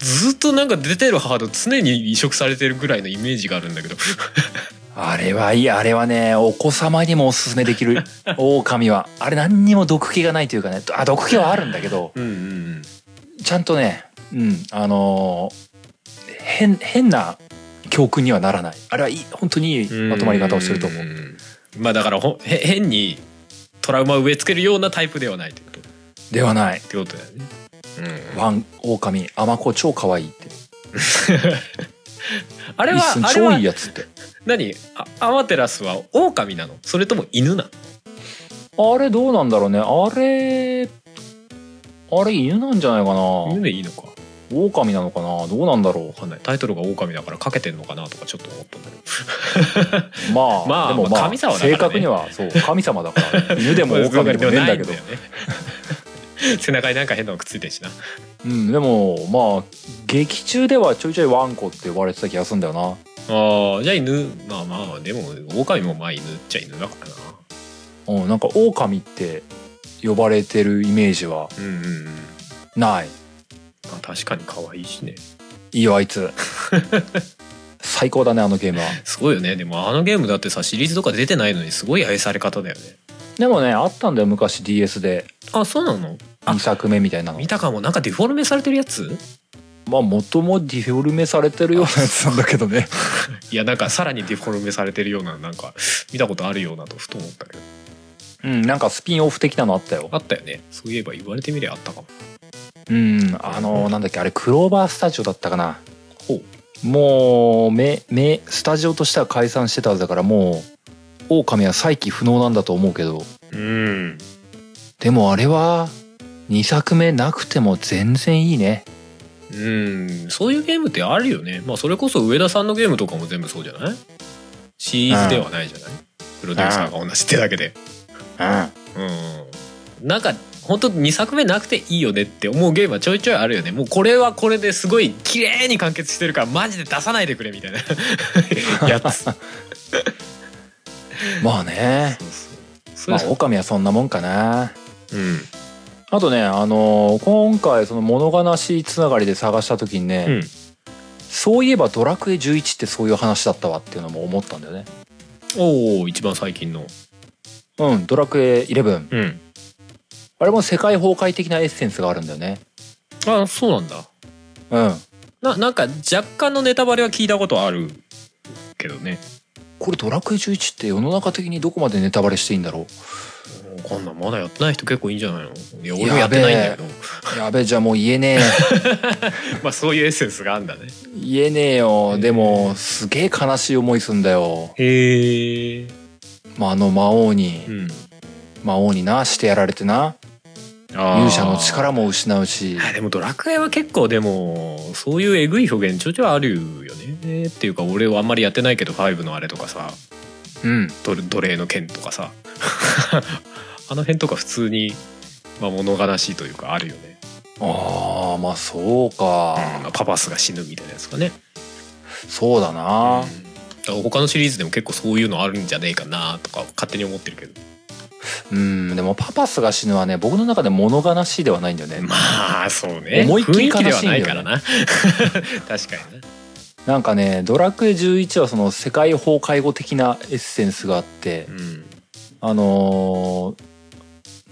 Speaker 2: ずっとなんか出てるハード常に移植されてるぐらいのイメージがあるんだけど
Speaker 1: あれはいいあれはねお子様にもおすすめでき る狼はあれ何にも毒気がないというかねあ毒気はあるんだけど
Speaker 2: うんうん
Speaker 1: ちゃんとねうんあのー変変な教訓にはならないあれはいい本当にいい
Speaker 2: うん
Speaker 1: まとまり方をしてると思う
Speaker 2: うんまあだからほんへ変にトラウマを植え付けるようなタイプではないってことっ
Speaker 1: ではない
Speaker 2: てことだよねうん、
Speaker 1: ワン狼甘子超可愛いって
Speaker 2: あれは
Speaker 1: 一
Speaker 2: あ
Speaker 1: 瞬
Speaker 2: れ
Speaker 1: 超
Speaker 2: はい
Speaker 1: いやつって
Speaker 2: 何あアマテラスは狼なのそれとも犬なの
Speaker 1: あれどうなんだろうねあれあれ犬なんじゃないか
Speaker 2: 犬
Speaker 1: な
Speaker 2: でいいのか
Speaker 1: 狼なのかなどうなんだろ
Speaker 2: わかんないタイトルが狼だからかけてんのかなとかちょっと思ったんだけど
Speaker 1: うまあ、
Speaker 2: まあ
Speaker 1: でも
Speaker 2: ま
Speaker 1: ま
Speaker 2: あ
Speaker 1: あ
Speaker 2: 神様だからね
Speaker 1: 正確にはそう神様だから犬でも狼でもねえんだけど
Speaker 2: ね 背中になんか変なのくっついてるしな
Speaker 1: うんでもまあ劇中ではちょいちょいワンコって呼ばれてた気がするんだよな
Speaker 2: あーじゃあ犬まあまあでも狼もまあ犬っちゃ犬だからな
Speaker 1: うん、なんか狼って呼ばれてるイメージは
Speaker 2: うんうんうん
Speaker 1: ない
Speaker 2: まあ確かに可愛いしね
Speaker 1: いいよあい つ最高だねあのゲームは
Speaker 2: すごいよねでもあのゲームだってさシリーズとか出てないのにすごい愛され方だよね
Speaker 1: でもねあったんだよ昔 DS で
Speaker 2: あそうなのあ
Speaker 1: 2作目みたいなの
Speaker 2: 見たかもなんかデフォルメされてるやつ
Speaker 1: まあ元もディフォルメされてるようなやつなんだけどね
Speaker 2: いやなんかさらにデフォルメされてるようななんか見たことあるようなとふと思ったけど
Speaker 1: うんなんかスピンオフ的なのあったよ
Speaker 2: あったよねそういえば言われてみりゃあったかも
Speaker 1: うんあのなんだっけあれクローバースタジオだったかな
Speaker 2: ほう
Speaker 1: もうめめスタジオとしては解散してたはずだからもう狼は再起不能なんだと思うけど
Speaker 2: うん
Speaker 1: でもあれは2作目なくても全然いいね
Speaker 2: うんそういうゲームってあるよねまあそれこそ上田さんのゲームとかも全部そうじゃないシリーズではないじゃないプロデューサーが同じってだけで
Speaker 1: うん
Speaker 2: うんなんか本当2作目なくていいよねって思うゲームはちょいちょいあるよねもうこれはこれですごい綺麗に完結してるからマジで出さないでくれみた いなやつそう
Speaker 1: まあね
Speaker 2: そう
Speaker 1: まあ
Speaker 2: そう
Speaker 1: 狼はそんなもんかな
Speaker 2: うん
Speaker 1: あとねあのー今回その物悲しいつながりで探した時にね、
Speaker 2: うん
Speaker 1: そういえば「ドラクエ11」ってそういう話だったわっていうのも思ったんだよね
Speaker 2: おお一番最近の
Speaker 1: うん「ドラクエ11
Speaker 2: うん」
Speaker 1: あれも世界崩壊的なエッセンスがあるんだよね
Speaker 2: あそうなんだ
Speaker 1: うん
Speaker 2: ななんか若干のネタバレは聞いたことあるけどね
Speaker 1: これ「ドラクエ11」って世の中的にどこまでネタバレしていいんだろ
Speaker 2: わかんないまだやってない人結構いいんじゃないのいや俺もやってないんだけど
Speaker 1: うやべえじゃあもう言えね え
Speaker 2: まあそういうエッセンスがあんだね
Speaker 1: 言えねえよでもすげえ悲しい思いすんだよ、
Speaker 2: へえ
Speaker 1: まあ、あの魔王に
Speaker 2: うん
Speaker 1: 魔王になしてやられてな勇者の力も失うし
Speaker 2: あでもドラクエは結構でもそういうえぐい表現ちょいちょいあるよねっていうか俺はあんまりやってないけど5のあれとかさ
Speaker 1: うん
Speaker 2: 奴奴隷の剣とかさ あの辺とか普通に、まあ、物悲しいというかあるよね、
Speaker 1: ああまあそう
Speaker 2: うん
Speaker 1: か、
Speaker 2: まあパパスが死ぬみたいなやつかね
Speaker 1: そうだな、
Speaker 2: うんだから他のシリーズでも結構そういうのあるんじゃねえかなとか勝手に思ってるけど
Speaker 1: うん、でもパパスが死ぬはね、僕の中で物悲しいではないんだよね。
Speaker 2: まあそうね
Speaker 1: 思いっきり
Speaker 2: 雰囲
Speaker 1: 悲しい
Speaker 2: 気
Speaker 1: んだよね
Speaker 2: ではないから な確かにな
Speaker 1: なんかね、ドラクエ11はその世界崩壊後的なエッセンスがあって
Speaker 2: う、ん
Speaker 1: あの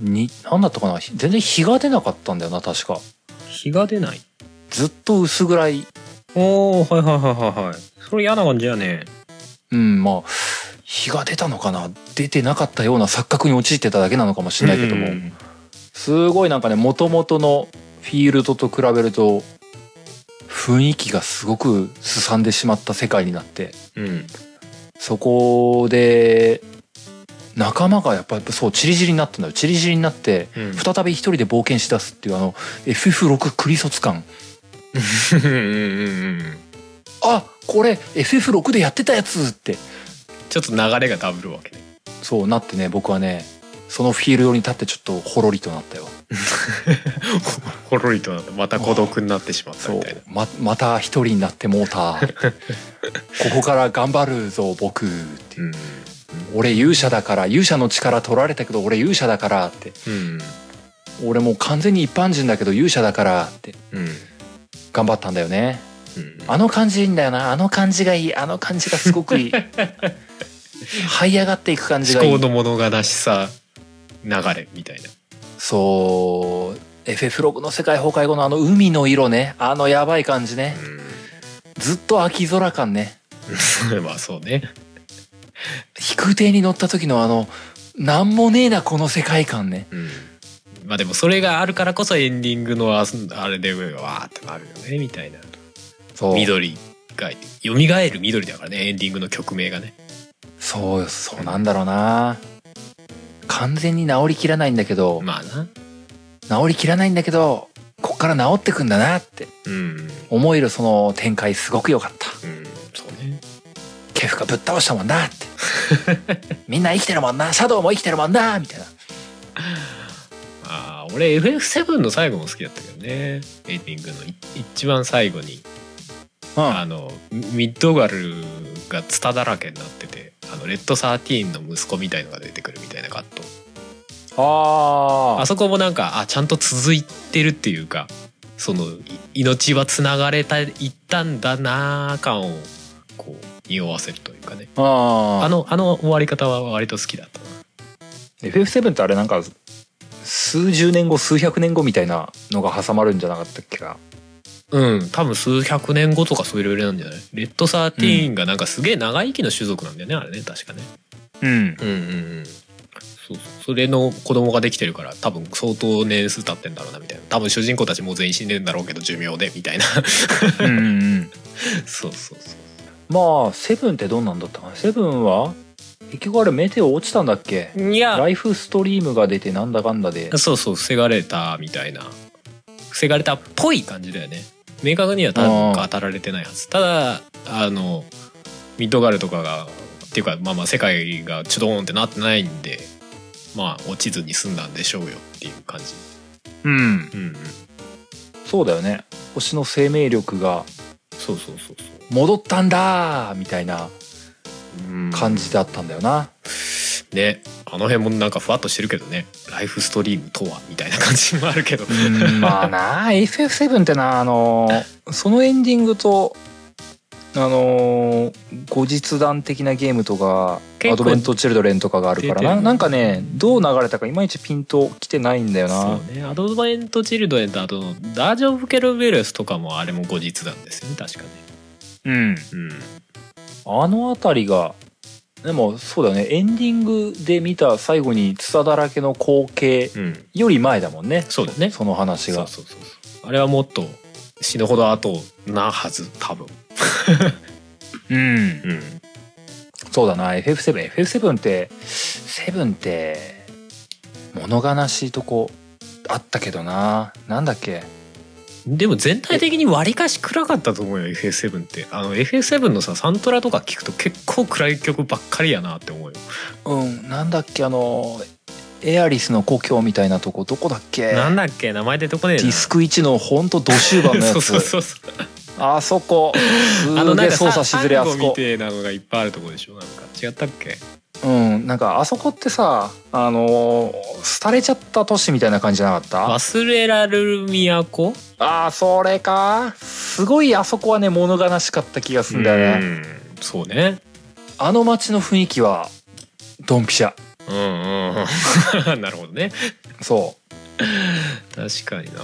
Speaker 1: ー、に、なんだったかな、ひ全然日が出なかったんだよな、確か。
Speaker 2: 日が出ない
Speaker 1: ずっと薄暗い。
Speaker 2: おおはいはいはいはいはいそれ嫌な感じやね
Speaker 1: うん、まあ、日が出たのかな、出てなかったような錯覚に陥ってただけなのかもしれないけども、
Speaker 2: うん
Speaker 1: すごいなんかね、元々のフィールドと比べると、雰囲気がすごく荒んでしまった世界になって、
Speaker 2: うん
Speaker 1: そこで仲間がやっぱそうチリジリになったんだよチリジリになって
Speaker 2: うん
Speaker 1: 再び一人で冒険しだすっていうあの FF6 クリソツ感
Speaker 2: うんうんうんうん
Speaker 1: あこれ FF6 でやってたやつって
Speaker 2: ちょっと流れがダブるわけね
Speaker 1: そうなってね僕はねそのフィールドに立ってちょっとほろりとなったよ
Speaker 2: ほろりとなってまた孤独になってしまった
Speaker 1: そう
Speaker 2: みたいな
Speaker 1: ままた一人になってもう たここから頑張るぞ僕っていう
Speaker 2: うん
Speaker 1: 俺勇者だから勇者の力取られたけど俺勇者だからって
Speaker 2: うん
Speaker 1: 俺もう完全に一般人だけど勇者だからって
Speaker 2: うんうん
Speaker 1: 頑張ったんだよね
Speaker 2: うん
Speaker 1: あの感じいいんだよなあの感じがいいあの感じがすごく いい這い上がっていく感じがい
Speaker 2: 思考
Speaker 1: い
Speaker 2: の物悲しさ流れみたいな
Speaker 1: そう FF6 の世界崩壊後のあの海の色ねあのやばい感じねずっと秋空感ね
Speaker 2: うん まあそうね
Speaker 1: 飛空艇に乗った時のあのなんもねえなこの世界観ね
Speaker 2: うんまあでもそれがあるからこそエンディングのああれでわーってなるよねみたいな
Speaker 1: そう
Speaker 2: 緑が蘇る緑だからねエンディングの曲名がね
Speaker 1: そうそうなんだろうな完全に治りきらないんだけど
Speaker 2: まあな
Speaker 1: 治りきらないんだけどこっから治ってくんだなって
Speaker 2: うん
Speaker 1: 思えるその展開すごく良かった
Speaker 2: うんそうね
Speaker 1: ケフがぶっ倒したもんなって みんな生きてるもんなシャドウも生きてるもんなみたいな
Speaker 2: ああ俺 FF7 の最後も好きだったけどねエンディングのい一番最後に、
Speaker 1: うん
Speaker 2: あのミミッドガルがツタだらけになっててあのレッド13の息子みたいのが出てくるみたいなカット
Speaker 1: あ
Speaker 2: あそこもなんかあちゃんと続いてるっていうかそのい命はつながれたいったんだなー感をこう匂わせるというかね
Speaker 1: ああ
Speaker 2: あ
Speaker 1: あの
Speaker 2: のあの終わり方は割と好きだったな
Speaker 1: FF7 ってあれなんか数十年後数百年後みたいなのが挟まるんじゃなかったっけか
Speaker 2: うん多分数百年後とかそういうレベルなんじゃないレッド13がなんかすげえ長生きの種族なんだよねあれね確かね
Speaker 1: うん
Speaker 2: うんうんうんそうそうそれの子供ができてるから多分相当年数経ってんだろうなみたいな多分主人公たちもう全員死んでるんだろうけど寿命でみたいな
Speaker 1: うんうんうん
Speaker 2: そうそうそう
Speaker 1: まあセブンってどんなんだったかなセブンは結局あれメテオ落ちたんだっけ
Speaker 2: いや
Speaker 1: ライフストリームが出てなんだかんだで
Speaker 2: そうそう防がれたみたいな防がれたっぽい感じだよね明確には多
Speaker 1: あ
Speaker 2: 分
Speaker 1: ー
Speaker 2: 当たられてないはずただあのミッドガルとかがっていうかまあまあ世界がチュドーンってなってないんでまあ落ちずに済んだんでしょうよっていう感じ
Speaker 1: うん
Speaker 2: うんうん
Speaker 1: そうだよね星の生命力が
Speaker 2: そうそうそうそう
Speaker 1: 戻ったんだーみたいな
Speaker 2: うん
Speaker 1: 感じだったんだよな、
Speaker 2: ねあの辺もなんかふわっとしてるけどねライフストリームとはみたいな感じもあるけど
Speaker 1: うんまあな FF7 ってなあのーそのエンディングとあのー後日談的なゲームとか
Speaker 2: 結構
Speaker 1: アドベント・チルドレンとかがあるから
Speaker 2: 出て
Speaker 1: な
Speaker 2: る
Speaker 1: なんかねどう流れたかいまいちピンときてないんだよな
Speaker 2: そうねアドバイント・チルドレンとあとダージョン・フケルベルスとかもあれも後日なんですよね確かね
Speaker 1: うん
Speaker 2: うん
Speaker 1: あの辺りがでもそうだよねエンディングで見た最後にツタだらけの光景
Speaker 2: うん
Speaker 1: より前だもんね
Speaker 2: そうだね
Speaker 1: その話
Speaker 2: そう
Speaker 1: が
Speaker 2: そうそうそうあれはもっと死ぬほど後なはず多分
Speaker 1: うん
Speaker 2: うん
Speaker 1: そうだな FF7FF7 って7って物悲しいとこあったけどななんだっけ
Speaker 2: でも全体的に割かし暗かったと思うよ FF7 ってあの FF7 のさサントラとか聞くと結構暗い曲ばっかりやなって思うよ
Speaker 1: うんなんだっけあのエアリスの故郷みたいなとこどこだっけ
Speaker 2: なんだっけ名前出てこねえ
Speaker 1: デ
Speaker 2: な
Speaker 1: ィスク1のほんと土終盤のや
Speaker 2: そう
Speaker 1: つ
Speaker 2: そうそうそう
Speaker 1: あそこす
Speaker 2: あの
Speaker 1: げ
Speaker 2: なん
Speaker 1: え
Speaker 2: か
Speaker 1: 操作しづれあそ
Speaker 2: み
Speaker 1: こ
Speaker 2: たいなのがいっぱいあるとこでしょなんか違ったっけ
Speaker 1: うんなんかあそこってさあの廃れちゃった都市みたいな感じじゃなかった
Speaker 2: 忘れられる都
Speaker 1: ああそれかすごいあそこはね物悲しかった気がするんだよね、
Speaker 2: うんそうね
Speaker 1: あの街の雰囲気はドンピシャ
Speaker 2: うん うんなるほどね
Speaker 1: そ
Speaker 2: 確かにな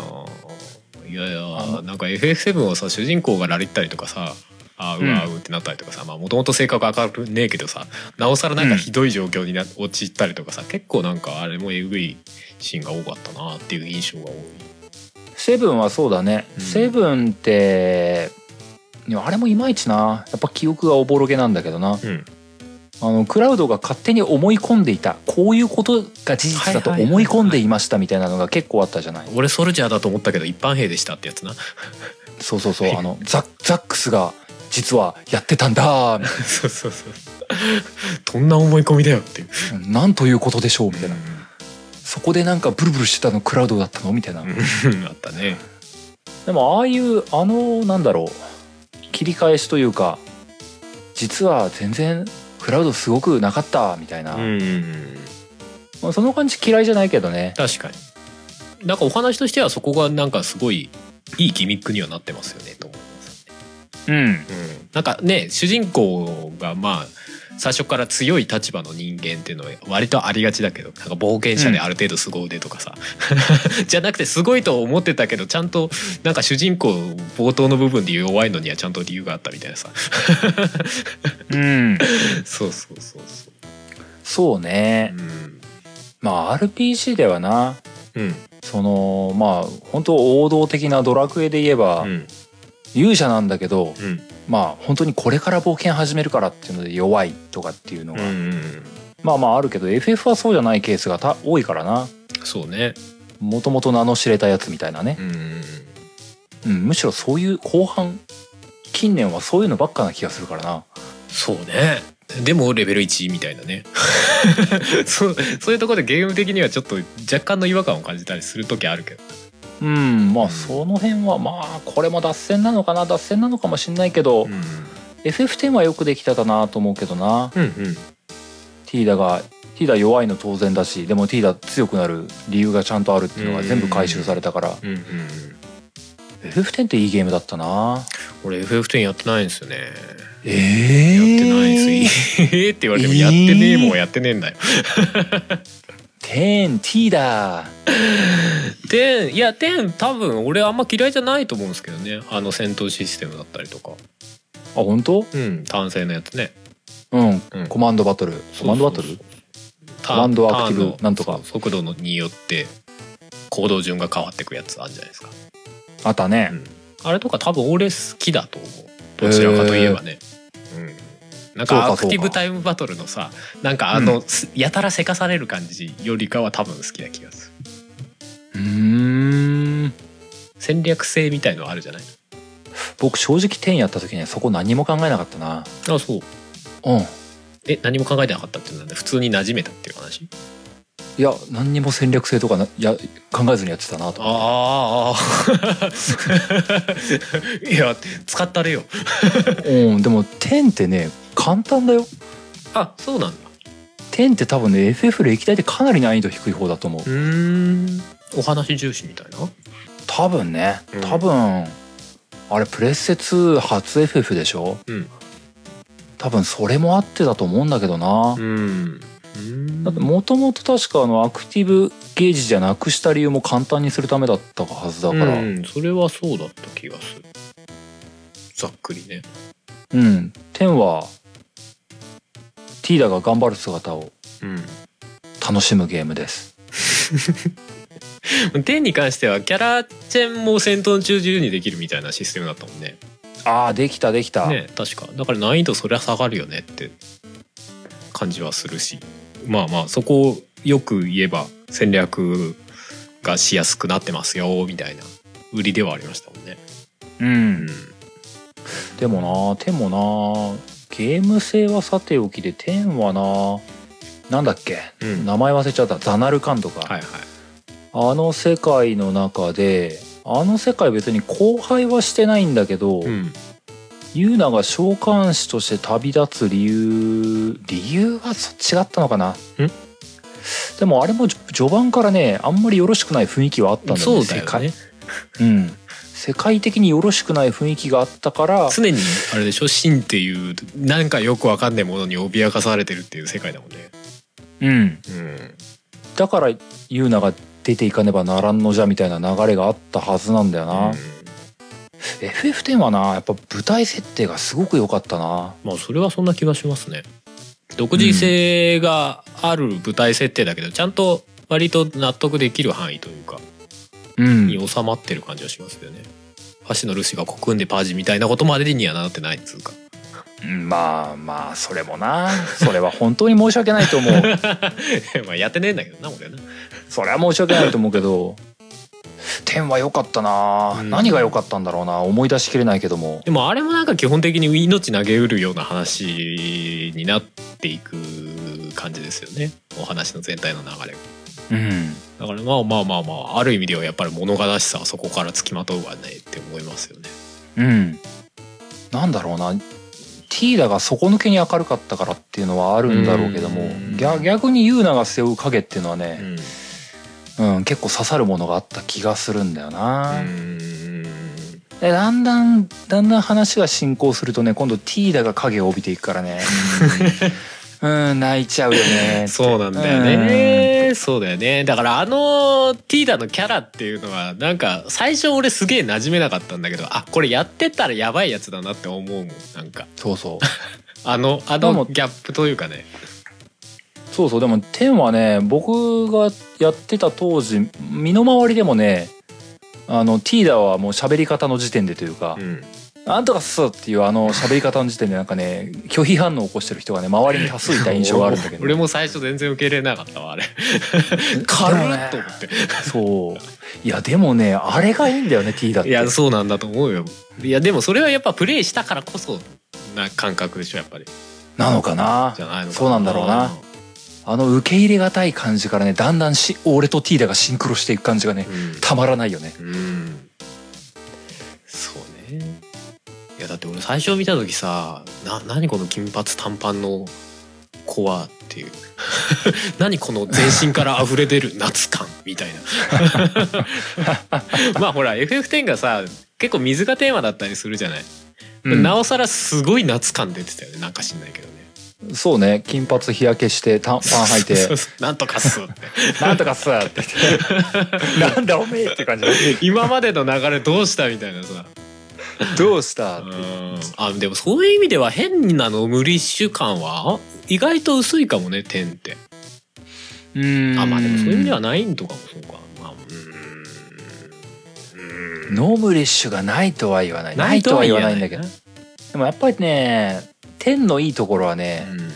Speaker 2: いやい
Speaker 1: あの
Speaker 2: やなんか FF7 はさ主人公がラリったりとかさあ
Speaker 1: う
Speaker 2: うんわうってなったりとかさもともと性格明るくねえけどさなおさらなんかひどい状況にな陥ったりとかさ結構なんかあれもえぐいシーンが多かったなっていう印象が多い。
Speaker 1: うセブンはそうだね、
Speaker 2: うん
Speaker 1: セブンっていやあれもいまいちなやっぱ記憶がおぼろげなんだけどな
Speaker 2: うん
Speaker 1: あのクラウドが勝手に思い込んでいたこういうことが事実だと
Speaker 2: はいはいはいはい
Speaker 1: 思い込んでいましたみたいなのが結構あったじゃない
Speaker 2: 俺ソルジャーだと思ったけど一般兵でしたってや つな
Speaker 1: そうそうそうあのザザックスが実はやってたんだみたい
Speaker 2: そうそうそう どんな思い込みだよっていう
Speaker 1: ななんということでしょうみたいな
Speaker 2: うん
Speaker 1: そこでなんかブルブルしてたのクラウドだったのみたいな
Speaker 2: うんあったね。
Speaker 1: でもああいうあのなんだろう切り返しというか実は全然クラウドすごくなかったみたいな、
Speaker 2: ん、
Speaker 1: まあ、その感じ嫌いじゃないけどね
Speaker 2: 確かに。なんかお話としてはそこがなんかすごいいいギミックにはなってますよねと思います。
Speaker 1: うん
Speaker 2: うん、なんかね主人公がまあ最初から強い立場の人間っていうのは割とありがちだけどなんか冒険者である程度凄腕とかさ、 じゃなくてすごいと思ってたけどちゃんとなんか主人公冒頭の部分で弱いのにはちゃんと理由があったみたいなさ
Speaker 1: うん
Speaker 2: そうそうそうそう。
Speaker 1: そう
Speaker 2: う
Speaker 1: ね
Speaker 2: ん
Speaker 1: まあ RPG ではな
Speaker 2: うん
Speaker 1: そのまあ本当王道的なドラクエで言えば、
Speaker 2: うん
Speaker 1: 勇者なんだけど
Speaker 2: うん
Speaker 1: まあ本当にこれから冒険始めるからっていうので弱いとかっていうの
Speaker 2: うんう
Speaker 1: が、
Speaker 2: ん
Speaker 1: まあまああるけど FF はそうじゃないケースがた多いからな
Speaker 2: そうね。
Speaker 1: もともと名の知れたやつみたいなね
Speaker 2: うん
Speaker 1: うん、むしろそういう後半近年はそういうのばっかな気がするからな
Speaker 2: そうねでもレベル1みたいなね そうそういうところでゲーム的にはちょっと若干の違和感を感じたりする時あるけど
Speaker 1: うんま
Speaker 2: う
Speaker 1: あ
Speaker 2: ん
Speaker 1: その辺はまあこれも脱線なのかな脱線なのかもしんないけど、FF10 はよくできてたなと思うけどな
Speaker 2: うんうん
Speaker 1: ティーダがティーダ弱いの当然だしでもティーダ強くなる理由がちゃんとあるっていうのが全部回収されたから
Speaker 2: うんうんうん
Speaker 1: FF10 っていいゲームだったな
Speaker 2: 俺 FF10 やってないんですよね
Speaker 1: え
Speaker 2: やって
Speaker 1: ー
Speaker 2: ないんですよええって言われてもやってねえもんやってねえんだよ
Speaker 1: 10ティーダ
Speaker 2: でいや10多分俺あんま嫌いじゃないと思うんですけどねあの戦闘システムだったりとか
Speaker 1: あ本当
Speaker 2: うん単性のやつね
Speaker 1: うん、
Speaker 2: うん
Speaker 1: コマンドバトルコマンドバトル
Speaker 2: そう
Speaker 1: コマンドアクティブ
Speaker 2: ターンの
Speaker 1: なんとか
Speaker 2: そう速度のによって行動順が変わってくやつあるじゃないですか
Speaker 1: あったね、
Speaker 2: うんあれとか多分俺好きだと思うどちらかといえばね、うん、なんか
Speaker 1: そう
Speaker 2: ア
Speaker 1: かそ
Speaker 2: ク
Speaker 1: うか
Speaker 2: ティブタイムバトルのさなんかあの、すやたらせかされる感じよりかは多分好きな気がす
Speaker 1: う
Speaker 2: る
Speaker 1: ーん
Speaker 2: 戦略性みたいのあるじゃない
Speaker 1: 僕正直10やった時ねそこ何も考えなかったな
Speaker 2: あそう
Speaker 1: うん
Speaker 2: え何も考えてなかったってなんで普通に馴染めたっていう話
Speaker 1: いや何にも戦略性とかないや考えずにやってたなと
Speaker 2: ああ いや使ったれよ
Speaker 1: うんでも10ってね簡単だよ
Speaker 2: あそうなんだ
Speaker 1: 10って多分ね FF 歴代でかなり難易度低い方だと思う
Speaker 2: うーんお話重視みたいな
Speaker 1: 多分ね
Speaker 2: うん
Speaker 1: 多分、あれプレステ2初 FF でしょ、
Speaker 2: うん
Speaker 1: 多分それもあってだと思うんだけどな、
Speaker 2: うん
Speaker 1: だってもともと確かあのアクティブゲージじゃなくした理由も簡単にするためだったはずだから、
Speaker 2: うん、それはそうだった気がするざっくりね
Speaker 1: うん、天はティーダが頑張る姿を
Speaker 2: うん
Speaker 1: 楽しむゲームです
Speaker 2: 天に関してはキャラチェンも戦闘中自由にできるみたいなシステムだったもんね
Speaker 1: ああできたできた、
Speaker 2: ね確かだから難易度そりゃ下がるよねって感じはするしまあまあそこをよく言えば戦略がしやすくなってますよみたいな売りではありましたもんね
Speaker 1: う
Speaker 2: うんん
Speaker 1: でもな天もなゲーム性はさておきで天はななんだっけ、
Speaker 2: うん
Speaker 1: 名前忘れちゃったザナルカンとか、
Speaker 2: はいはい
Speaker 1: あの世界の中であの世界別に荒廃はしてないんだけど、
Speaker 2: うん
Speaker 1: ユーナが召喚師として旅立つ理由理由はそ違ったのかなでもあれもじょ序盤からねあんまりよろしくない雰囲気はあったんだよね
Speaker 2: そうだ
Speaker 1: 世
Speaker 2: よ
Speaker 1: 界
Speaker 2: ね
Speaker 1: うん、世界的によろしくない雰囲気があったから
Speaker 2: 常にあれでしょ真っていうなんかよくわかんないものに脅かされてるっていう世界だもんね
Speaker 1: うん
Speaker 2: うん
Speaker 1: だからユーナが出ていかねばならんのじゃみたいな流れがあったはずなんだよな、
Speaker 2: うん
Speaker 1: FF10 はなやっぱ舞台設定がすごく良かったな
Speaker 2: まあそれはそんな気がしますね独自性がある舞台設定だけど、ちゃんと割と納得できる範囲というか
Speaker 1: うん
Speaker 2: に収まってる感じがしますよね橋のルシがコクンでパージみたいなことまでにはなってないっつうか
Speaker 1: うんまあまあそれもなそれは本当に申し訳ないと思う
Speaker 2: まあやってねえんだけどな俺はな
Speaker 1: それは申し訳ないと思うけど天は良かったな、
Speaker 2: うん
Speaker 1: 何が良かったんだろうな思い出しきれないけども
Speaker 2: でもあれもなんか基本的に命投げうるような話になっていく感じですよねお話の全体の流れが
Speaker 1: うん
Speaker 2: だからまあまあまあまあある意味ではやっぱり物悲しさはそこからつきまとうわねって思いますよね
Speaker 1: うんなんだろうなティーダが底抜けに明るかったからっていうのはあるんだろうけども
Speaker 2: うん
Speaker 1: 逆逆にユーナが背負う影っていうのは
Speaker 2: う
Speaker 1: ね、
Speaker 2: ん
Speaker 1: うん結構刺さるものがあった気がするんだよな、
Speaker 2: うん
Speaker 1: でだんだんだんだん話が進行するとね今度ティーダが影を帯びていくから ねうん泣いちゃうよね
Speaker 2: そうなんだよねそうだよねだからあのティーダのキャラっていうのはなんか最初俺すげえ馴染めなかったんだけどあこれやってたらやばいやつだなって思うもんなんか
Speaker 1: そうそう
Speaker 2: あのあ
Speaker 1: で
Speaker 2: の
Speaker 1: も
Speaker 2: ギャップというかね
Speaker 1: そうそうでも天はね僕がやってた当時身の回りでもねあのティーダはもう喋り方の時点でというか
Speaker 2: うん
Speaker 1: 「あんとかっす」っていうあ の喋り方の時点でなんかね拒否反応を起こしてる人がね周りに多数いた印象があるんだけど
Speaker 2: 俺も最初全然受け入れなかったわあれ軽っと思って
Speaker 1: そういやでもねあれがいいんだよねティーダっ
Speaker 2: いや
Speaker 1: て
Speaker 2: そうなんだと思うよいやでもそれはやっぱプレイしたからこそな感覚でしょやっぱり
Speaker 1: なのかな
Speaker 2: じゃないのか
Speaker 1: そうなんだろうなあの受け入れがたい感じからねだんだんし俺とティーダがシンクロしていく感じがね
Speaker 2: う
Speaker 1: たまらないよね
Speaker 2: ん、うん、そうねいやだって俺最初見た時さな何この金髪短パンの怖っていう 何この全身から溢れ出る夏感 みたいなまあほら FF10 がさ結構水がテーマだったりするじゃない、
Speaker 1: うん
Speaker 2: なおさらすごい夏感出てたよねなんか知んないけどね
Speaker 1: そうね金髪日焼けして短パン履 い
Speaker 2: そ
Speaker 1: て
Speaker 2: うそうなんとかっすって
Speaker 1: 「なんとかっす」って 言ってなんだおめえ」って感じ
Speaker 2: 今までの流れどうしたみたいなさ
Speaker 1: どうした
Speaker 2: うんあでもそういう意味では変なの無理主感は意外と薄いかもね点って
Speaker 1: うん
Speaker 2: あまあでもそういう意味ではないんとかもそうかまあうーんうーん
Speaker 1: ノームリッシュがないとは言わないないとは言わないんだけど
Speaker 2: な
Speaker 1: でもやっぱりね天のいいところはね、
Speaker 2: いとは言わないね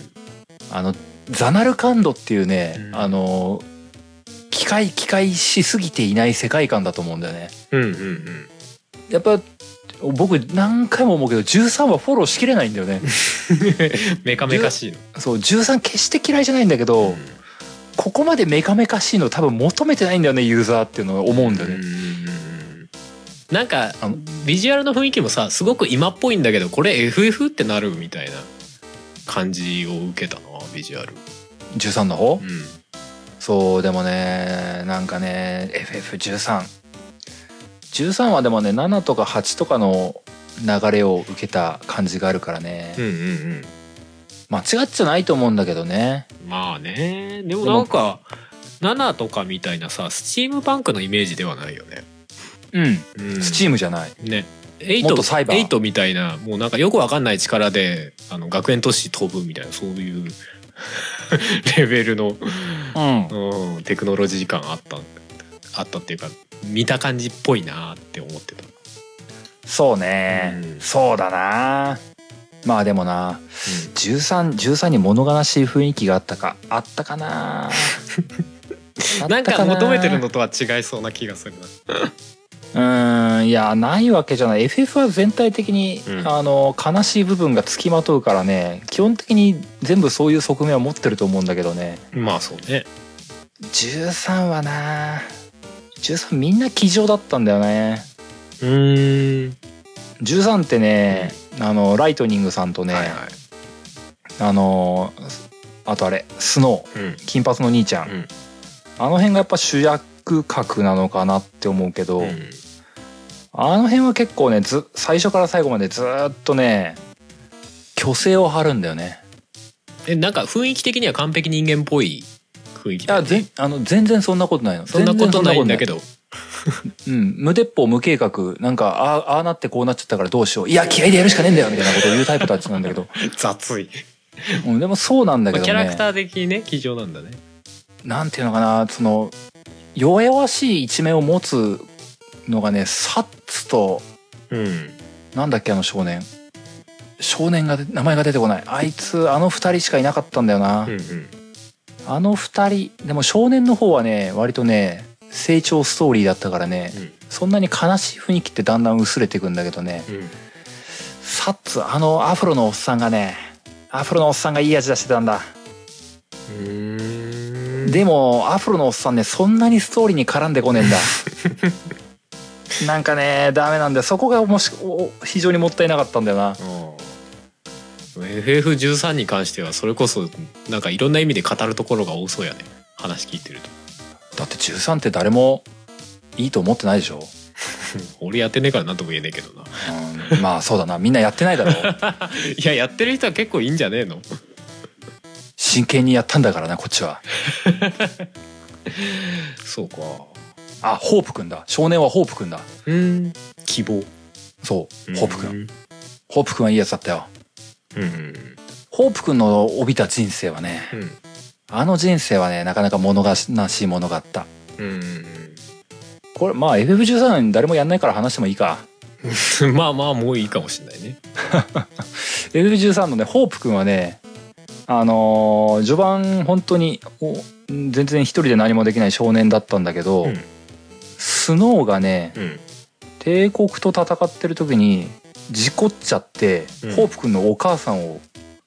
Speaker 1: あのザナルカンドっていうね、
Speaker 2: うん
Speaker 1: あの機械機械しすぎていない世界観だと思うんだよね
Speaker 2: うんうんうん
Speaker 1: やっぱ僕何回も思うけど13はフォローしきれないんだよ ね
Speaker 2: うんメカメカしいの
Speaker 1: そう13決して嫌いじゃないんだけど、
Speaker 2: うん
Speaker 1: ここまでメカメカしいの多分求めてないんだよねユーザーっていうのは思うんだよね、
Speaker 2: なんか
Speaker 1: あの
Speaker 2: ビジュアルの雰囲気もさすごく今っぽいんだけどこれ FF ってなるみたいな感じを受けたなビジュアル、
Speaker 1: 13の方、
Speaker 2: うん、
Speaker 1: そうでもねなんかね FF1313 はでもね7とか8とかの流れを受けた感じがあるからね、
Speaker 2: うんうんうん
Speaker 1: 間違っちゃないと思うんだけどね
Speaker 2: まあねでもなんか7とかみたいなさスチームパンクのイメージではないよね、
Speaker 1: うん
Speaker 2: うん、
Speaker 1: スチームじゃない、
Speaker 2: ね
Speaker 1: もっとサイバー
Speaker 2: 8トみたいなもうなんかよくわかんない力であの学園都市飛ぶみたいなそういう レベルの、
Speaker 1: うん、
Speaker 2: うん、テクノロジー感あったあったっていうか見た感じっぽいなって思ってた
Speaker 1: そうね、
Speaker 2: うん
Speaker 1: そうだなまあでもな1313に物悲しい雰囲気があったかあったかな
Speaker 2: うん、 なんか
Speaker 1: あった
Speaker 2: 求めてるのとは違いそうな気がするな
Speaker 1: うんいやないわけじゃない FF は全体的に、
Speaker 2: うん
Speaker 1: あの悲しい部分がつきまとうからね基本的に全部そういう側面は持ってると思うんだけどね
Speaker 2: まあそうね
Speaker 1: 13はな13みんな気丈だったんだよね
Speaker 2: うーん、
Speaker 1: 13ってね、あのライトニングさんとね、
Speaker 2: はいはい
Speaker 1: あのあとあれスノー
Speaker 2: うん
Speaker 1: 金髪の兄ちゃん、
Speaker 2: うん
Speaker 1: あの辺がやっぱ主役格なのかなって思うけど、
Speaker 2: うん
Speaker 1: あの辺は結構ねず最初から最後までずーっとね虚勢を張るんだよね
Speaker 2: えなんか雰囲気的には完璧人間っぽい雰囲気
Speaker 1: い
Speaker 2: だ
Speaker 1: や
Speaker 2: よね
Speaker 1: ぜあの全然そんなことないの
Speaker 2: そんなことないんだけ
Speaker 1: ど、
Speaker 2: ど
Speaker 1: うん、無鉄砲無計画なんかあああなってこうなっちゃったからどうしよういや気合でやるしかねえんだよみたいなことを言うタイプたちなんだけど、
Speaker 2: 雑い、
Speaker 1: うん、でもそうなんだ
Speaker 2: ま
Speaker 1: け
Speaker 2: あ
Speaker 1: どね
Speaker 2: キャラクター的にね気丈なんだね
Speaker 1: なんていうのかなその弱々しい一面を持つのがねサッツと
Speaker 2: うん
Speaker 1: なんだっけあの少年少年がで名前が出てこないあいつあの二人しかいなかったんだよな、
Speaker 2: うんうん
Speaker 1: あの二人でも少年の方はね割とね成長ストーリーだったからね
Speaker 2: うん
Speaker 1: そんなに悲しい雰囲気ってだんだん薄れていくんだけどね
Speaker 2: うん
Speaker 1: サッツあのアフロのおっさんがねアフロのおっさんがいい味出してたんだ
Speaker 2: うん
Speaker 1: でもアフロのおっさんねそんなにストーリーに絡んでこねえんだなんかねダメなんだよそこがもしお非常にもったいなかったんだよな
Speaker 2: ああ FF13 に関してはそれこそなんかいろんな意味で語るところが多そうやね話聞いてると
Speaker 1: だって13って誰もいいと思ってないでしょ、
Speaker 2: 俺やってねえから何とも言えねえけどな
Speaker 1: うん、まあそうだなみんなやってないだろう
Speaker 2: いややってる人は結構いいんじゃねえの
Speaker 1: 真剣にやったんだからなこっちは
Speaker 2: そうか
Speaker 1: あホープくんだ少年はホープくんだ
Speaker 2: うん希望
Speaker 1: そうホープく
Speaker 2: うんん
Speaker 1: ホープくんはいいやつだったよ
Speaker 2: うんうん
Speaker 1: ホープくんの帯びた人生はね
Speaker 2: うん
Speaker 1: あの人生はねなかなか物悲しいものがあった
Speaker 2: うん
Speaker 1: これまあ FF13 誰もやんないから話してもいいか
Speaker 2: うん、 まあまあもういいかもしれないね。
Speaker 1: FF13 のねホープくんはねあのー序盤本当にお全然一人で何もできない少年だったんだけど、
Speaker 2: うん
Speaker 1: スノーがね
Speaker 2: うん、
Speaker 1: 帝国と戦ってる時に事故っちゃって、
Speaker 2: うん
Speaker 1: ホープくんのお母さんを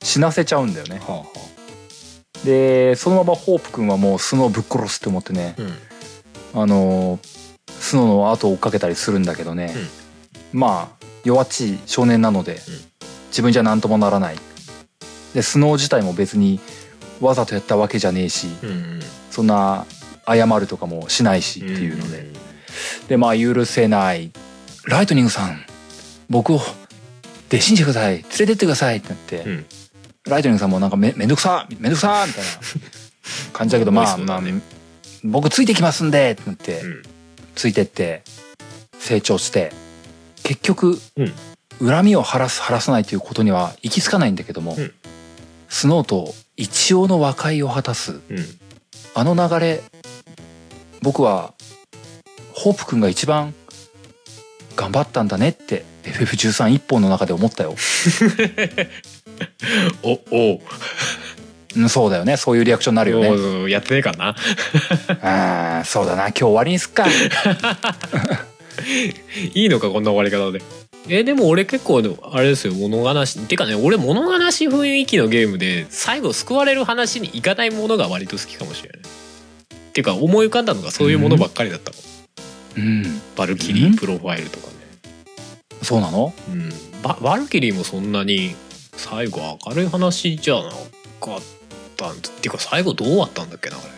Speaker 1: 死なせちゃうんだよね
Speaker 2: はあは
Speaker 1: でそのままホープくんはもうスノーぶっ殺すって思ってね
Speaker 2: あ、うん、
Speaker 1: あのースノーの後を追っかけたりするんだけどね、まあ弱っちい少年なので、
Speaker 2: うん
Speaker 1: 自分じゃ何ともならないでスノー自体も別にわざとやったわけじゃねえし
Speaker 2: うんうん
Speaker 1: そんな謝るとかもしないしっていうので、でまあ許せない「ライトニングさん僕を弟子にしてください連れてってください」ってなって、
Speaker 2: うん
Speaker 1: ライトニングさんもなんかめめんどくさめんどくさみたいな感じだけ ど
Speaker 2: まあ
Speaker 1: まあ、
Speaker 2: そう
Speaker 1: ま
Speaker 2: だ
Speaker 1: あ
Speaker 2: ね
Speaker 1: 僕ついてきますんでってなって、
Speaker 2: うん
Speaker 1: ついてって成長して結局、
Speaker 2: うん
Speaker 1: 恨みを晴らす晴らさないということには行き着かないんだけども、
Speaker 2: うん
Speaker 1: スノーと一応の和解を果たす
Speaker 2: うん
Speaker 1: あの流れ僕はホープくんが一番頑張ったんだねって FF13 一本の中で思ったよ、
Speaker 2: おおう
Speaker 1: うん、そうだよねそういうリアクションになるよね
Speaker 2: おうやってねえかな
Speaker 1: あーそうだな今日終わりにすっか
Speaker 2: いいのかこんな終わり方でえでも俺結構あれですよ物悲しってかね俺物悲しい雰囲気のゲームで最後救われる話にいかないものが割と好きかもしれないっていうか思い浮かんだのがそういうものばっかりだったもん、
Speaker 1: うん
Speaker 2: バルキリ
Speaker 1: うん
Speaker 2: ープロファイルとかね
Speaker 1: そうなの
Speaker 2: うん、ババルキリーもそんなに最後明るい話じゃなかったんっていうか最後どうあったんだっけなあれ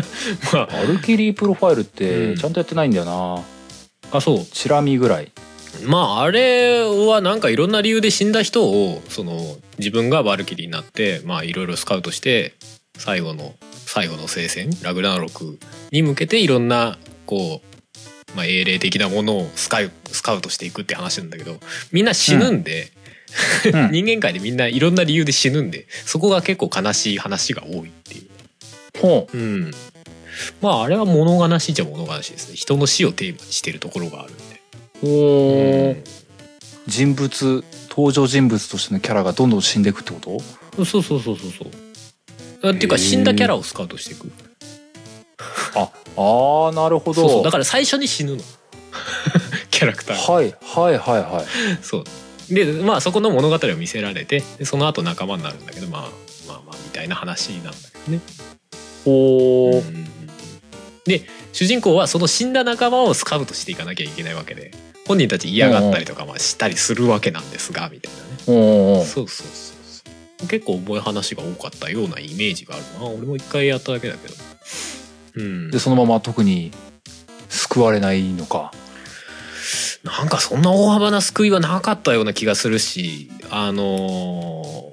Speaker 2: ま
Speaker 1: アルキリープロファイルって
Speaker 2: うん
Speaker 1: ちゃんとやってないんだよな、
Speaker 2: ああそう
Speaker 1: チラ見ぐらい
Speaker 2: まああれはなんかいろんな理由で死んだ人をその自分がバルキリーになってまあいろいろスカウトして最後の最後の聖戦ラグナロクに向けていろんなこう、まあ、英霊的なものをスカイスカウトしていくって話なんだけどみんな死ぬんで、
Speaker 1: うん
Speaker 2: 人間界でみんないろんな理由で死ぬんでそこが結構悲しい話が多いっていう
Speaker 1: ほう
Speaker 2: うんまああれは物悲しいじゃ物悲しいですね人の死をテーマにしてるところがあるんでうん
Speaker 1: 人物登場人物としてのキャラがどんどん死んでいくってこと
Speaker 2: そうそうそうそうそうあっていうか
Speaker 1: へー
Speaker 2: 死んだキャラをスカウトしていく
Speaker 1: ああーなるほど
Speaker 2: そうそうだから最初に死 ぬのキャラクターが
Speaker 1: はいはいはいはい
Speaker 2: そうでまあそこの物語を見せられてでその後仲間になるんだけどまあまあまあみたいな話なんだけどね
Speaker 1: おー
Speaker 2: うんうんうんで主人公はその死んだ仲間をスカウトしていかなきゃいけないわけで本人たち嫌がったりとかまあしたりするわけなんですがみたいなね
Speaker 1: うんうんうん
Speaker 2: そうそうそうそう結構重い話が多かったようなイメージがあるな俺も一回やっただけだけどうん
Speaker 1: でそのまま特に救われないのか
Speaker 2: なんかそんな大幅な救いはなかったような気がするしあの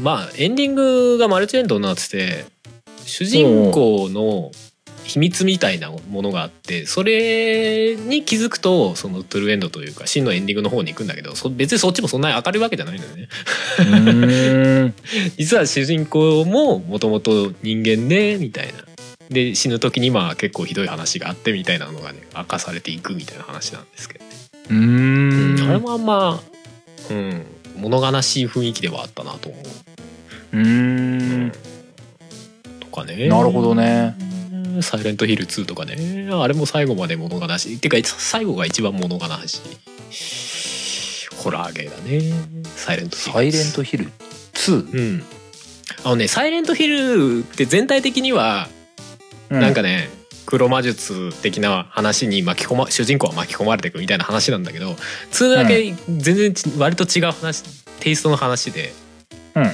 Speaker 2: ーまあエンディングがマルチエンドになってて主人公の秘密みたいなものがあってそれに気づくとそのトゥルーエンドというか真のエンディングの方に行くんだけどそ別にそっちもそんなに明るいわけじゃないのよね。
Speaker 1: うーん
Speaker 2: 実は主人公ももともと人間でみたいなで死ぬ時にまあ結構ひどい話があってみたいなのがね明かされていくみたいな話なんですけどね、
Speaker 1: うーん
Speaker 2: あれもあんま、うん、物悲しい雰囲気ではあったなと思
Speaker 1: うー
Speaker 2: う、
Speaker 1: ん
Speaker 2: とかね
Speaker 1: なるほどね
Speaker 2: 「サイレントヒル2」とかねあれも最後まで物悲しいっていうか最後が一番物悲しいホラーゲーだね「サイレントヒル2」
Speaker 1: サイレントヒル2
Speaker 2: うんあのね「サイレントヒル」って全体的にはなんかね黒魔術的な話に巻き込ま主人公は巻き込まれていくみたいな話なんだけど通だけ全然ち割と違う話テイストの話で。
Speaker 1: うん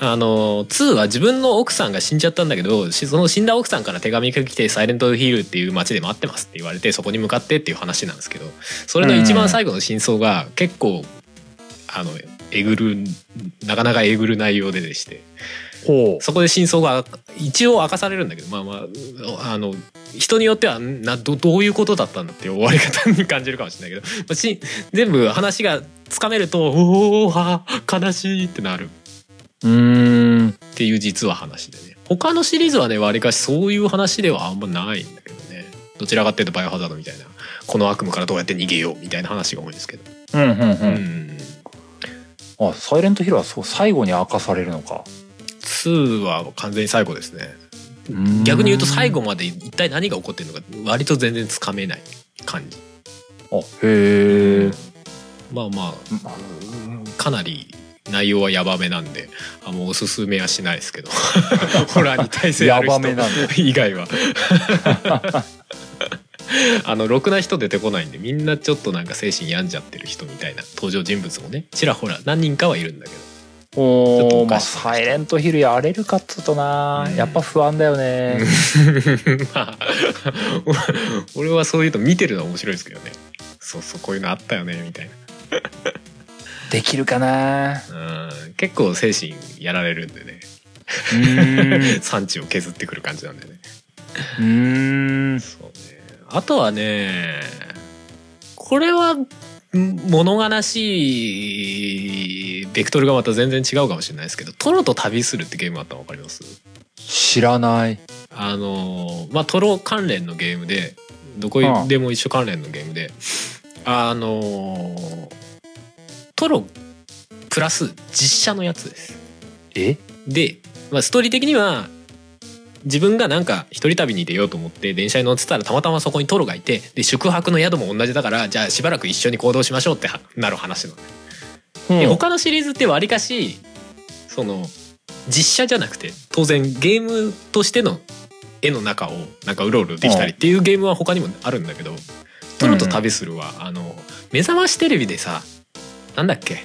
Speaker 2: あの2は自分の奥さんが死んじゃったんだけどしその死んだ奥さんから手紙が来て「サイレントヒル」っていう街で待ってますって言われてそこに向かってっていう話なんですけどそれの一番最後の真相が結構あのえぐるなかなかえぐる内容ででして
Speaker 1: ほ
Speaker 2: そこで真相が一応明かされるんだけどまあまああの人によってはんなどどういうことだったんだっていう終わり方に感じるかもしれないけどまあし全部話がつかめると「おおは悲しい」ってなる
Speaker 1: ううーん
Speaker 2: っていう実は話でね他のシリーズはねわりかしそういう話ではあんまないんだけどねどちらかっていうとバイオハザードみたいなこの悪夢からどうやって逃げようみたいな話が多いんですけど、
Speaker 1: うんうんう
Speaker 2: うんん、
Speaker 1: あサイレントヒルはそう最後に明かされるのか
Speaker 2: 2は完全に最後ですね
Speaker 1: うーん
Speaker 2: 逆に言うと最後まで一体何が起こってるのか割と全然つかめない感じ
Speaker 1: あへえ
Speaker 2: まあまあかなり内容はヤバめなんであもうおすすめはしないですけど ホラーに耐性あ
Speaker 1: ヤ
Speaker 2: る
Speaker 1: バ
Speaker 2: 人
Speaker 1: めなんだ
Speaker 2: 以外は あのろくな人出てこないんでみんなちょっとなんか精神病んじゃってる人みたいな登場人物もねちらほら何人かはいるんだけどちょっと
Speaker 1: お
Speaker 2: お
Speaker 1: まあ
Speaker 2: かしい
Speaker 1: サイレントヒルやれるかっつうとな、
Speaker 2: うん
Speaker 1: やっぱ不安だよね、
Speaker 2: まあ俺はそういうの見てるのは面白いですけどねそうそうこういうのあったよねみたい
Speaker 1: できるかな
Speaker 2: なうん結構精神やられるんでね
Speaker 1: うーん
Speaker 2: 産地を削ってくる感じなんでね
Speaker 1: うーん
Speaker 2: そうねあとはねこれはん物悲しいベクトルがまた全然違うかもしれないですけど「トロと旅する」ってゲームあったの分かります
Speaker 1: 知らない
Speaker 2: あのーまあトロ関連のゲームでどこでも一緒関連のゲームで、あのートロプラス実写のやつです。
Speaker 1: え
Speaker 2: で、まあ、ストーリー的には自分がなんか一人旅に出ようと思って電車に乗ってたらたまたまそこにトロがいてで宿泊の宿も同じだからじゃあしばらく一緒に行動しましょうってはなる話なの、
Speaker 1: うん
Speaker 2: で他のシリーズってわりかしその実写じゃなくて当然ゲームとしての絵の中をなんかうろうろできたりっていうゲームは他にもあるんだけど「トロと旅するは」あの目覚ましテレビでさなんだっけ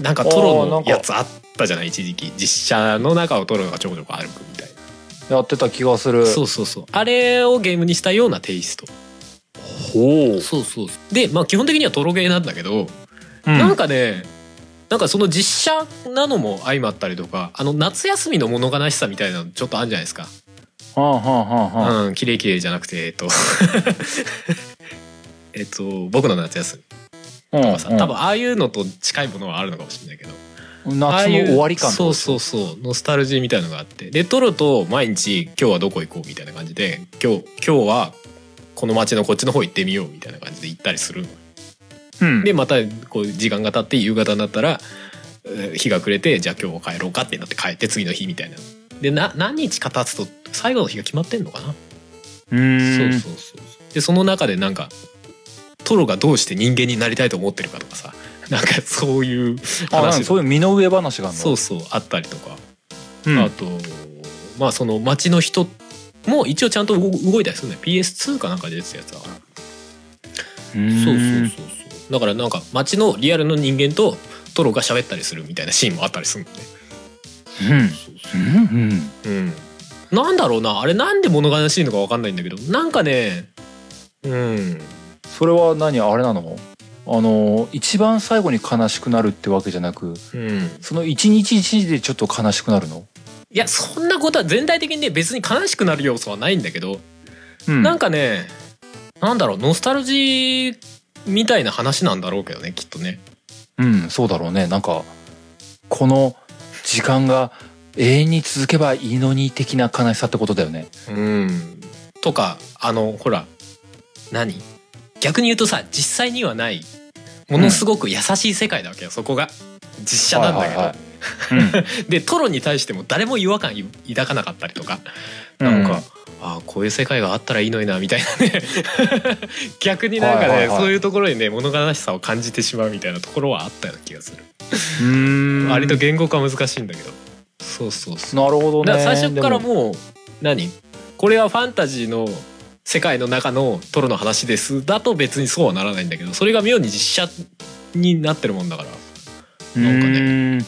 Speaker 2: なんかトロのやつあったじゃない一時期実写の中をトロがちょこちょこ歩くみたい
Speaker 1: やってた気がする
Speaker 2: なそうそうそうあれをゲームにしたようなテイスト
Speaker 1: ほう、
Speaker 2: そうそうでまあ基本的にはトロゲーなんだけど
Speaker 1: うん
Speaker 2: なんかねなんかその実写なのも相まったりとかあの夏休みの物悲しさみたいなのちょっとあるんじゃないですか。
Speaker 1: はんはんはんはん
Speaker 2: うん、綺麗綺麗じゃなくてえっと えっと僕の夏休
Speaker 1: う
Speaker 2: み
Speaker 1: ん
Speaker 2: とかさ、多分ああいうのと近いものはあるのかもしれないけど
Speaker 1: うん
Speaker 2: ああ
Speaker 1: 夏
Speaker 2: い
Speaker 1: の
Speaker 2: う
Speaker 1: 終わり感
Speaker 2: そうそうそうノスタルジーみたいのがあってで撮ると毎日今日はどこ行こうみたいな感じで今日今日はこの街のこっちの方行ってみようみたいな感じで行ったりするの
Speaker 1: うん
Speaker 2: でまたこう時間が経って夕方になったらえー日が暮れてじゃあ今日は帰ろうかってなって帰って次の日みたいな。でな何日か経つと最後の日が決まってんのかな
Speaker 1: うー
Speaker 2: そ
Speaker 1: ん
Speaker 2: うそうそうそうでその中でなんかトロがどうして人間になりたいと思ってるかとかさなんかそうい
Speaker 1: あなん
Speaker 2: う
Speaker 1: か
Speaker 2: 話
Speaker 1: そういう身の上話があるの
Speaker 2: そうそうあったりとか、
Speaker 1: うん
Speaker 2: あとまあその街の人も一応ちゃんと動動いたりするんだよ PS2 かなんかで出てたやつだからそうそうそうそうだからなんか街のリアルの人間とトロが喋ったりするみたいなシーンもあったりするのね
Speaker 1: うんうん
Speaker 2: そう
Speaker 1: うんうん
Speaker 2: そううんなんだろうなあれなんで物悲しいのか分かんないんだけどなんかねうん
Speaker 1: それは何あれなのあの一番最後に悲しくなるってわけじゃなく
Speaker 2: うん
Speaker 1: その一日一日でちょっと悲しくなるの、
Speaker 2: いやそんなことは全体的にね別に悲しくなる要素はないんだけど、
Speaker 1: うん
Speaker 2: なんかねなんだろうノスタルジーみたいな話なんだろうけどねきっとね
Speaker 1: うんそうだろうねなんかこの時間が永遠に続けばいいのに的な悲しさってことだよね
Speaker 2: うんとかあのほら何逆に言うとさ実際にはないものすごく優しい世界だわけよ、そこが実写なんだけど、
Speaker 1: はいはいはい
Speaker 2: でトロに対しても誰も違和感い抱かなかったりとか、
Speaker 1: うん
Speaker 2: なんかああこういう世界があったらいいのになみたいなね 逆になんかね、
Speaker 1: はいはいはい
Speaker 2: そういうところにね物悲しさを感じてしまうみたいなところはあったような気がす
Speaker 1: う
Speaker 2: る、
Speaker 1: んうーん
Speaker 2: 割と言語化は難しいんだけどそうそうそう
Speaker 1: なるほどね
Speaker 2: だから最初から
Speaker 1: で
Speaker 2: もう何これはファンタジーの世界の中のトロの話ですだと別にそうはならないんだけどそれが妙に実写になってるもんだからなんかね
Speaker 1: うーん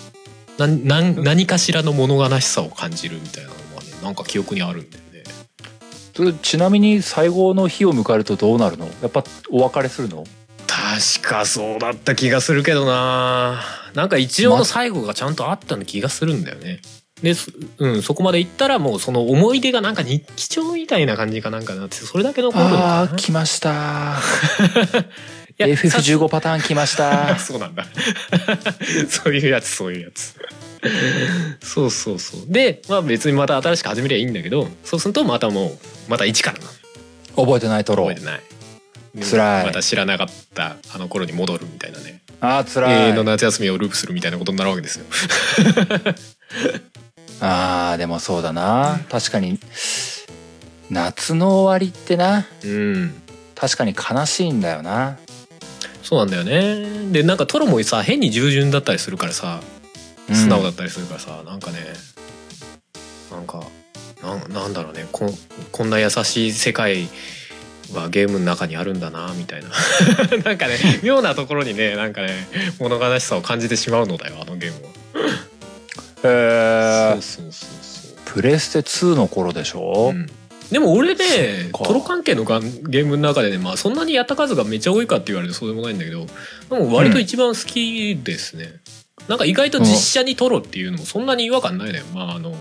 Speaker 2: なんなん何かしらの物悲しさを感じるみたいなのはねなんか記憶にあるんだよね
Speaker 1: それちなみに最後の日を迎えるとどうなるのやっぱお別れするの
Speaker 2: 確かそうだった気がするけどななんか一応の最後がちゃんとあったの気がするんだよねです、うん、そこまで行ったらもうその思い出がなんか日記帳みたいな感じかなんかなってそれだけ残るのかな
Speaker 1: あー来ました
Speaker 2: いや
Speaker 1: FF15 パターン来まし
Speaker 2: あ
Speaker 1: た
Speaker 2: そうなんだ そういうやつそういうやつそうそうそうで、まあ、別にまた新しく始めりゃいいんだけどそうするとまたもうまた一からな
Speaker 1: 覚えてないトロ
Speaker 2: 覚えてない
Speaker 1: 辛い
Speaker 2: また知らなかったあの頃に戻るみたいなね
Speaker 1: あーつ
Speaker 2: 永
Speaker 1: らい
Speaker 2: 遠の夏休みをループするみたいなことになるわけですよ
Speaker 1: あーでもそうだな確かに夏の終わりってな
Speaker 2: うん
Speaker 1: 確かに悲しいんだよな
Speaker 2: そうなんだよねでなんかトロもさ変に従順だったりするからさ素直だ
Speaker 1: っ
Speaker 2: ったりするからさ、なんかねなんかなんなんだろうねこんこんな優しい世界はゲームの中にあるんだなみたいな なんかね妙なところにねなんかね物悲しさを感じてしまうのだよあのゲームは。
Speaker 1: へえ
Speaker 2: そうそうそうそう
Speaker 1: プレステ2の頃でしょ、
Speaker 2: うんでも俺ね
Speaker 1: そっか
Speaker 2: トロ関係のがんゲームの中でね、まあ、そんなにやった数がめっちゃ多いかって言われるとそうでもないんだけどでも割と一番好きですね、なんか意外と実写にトロっていうのもそんなに違和感ないのよ、まああの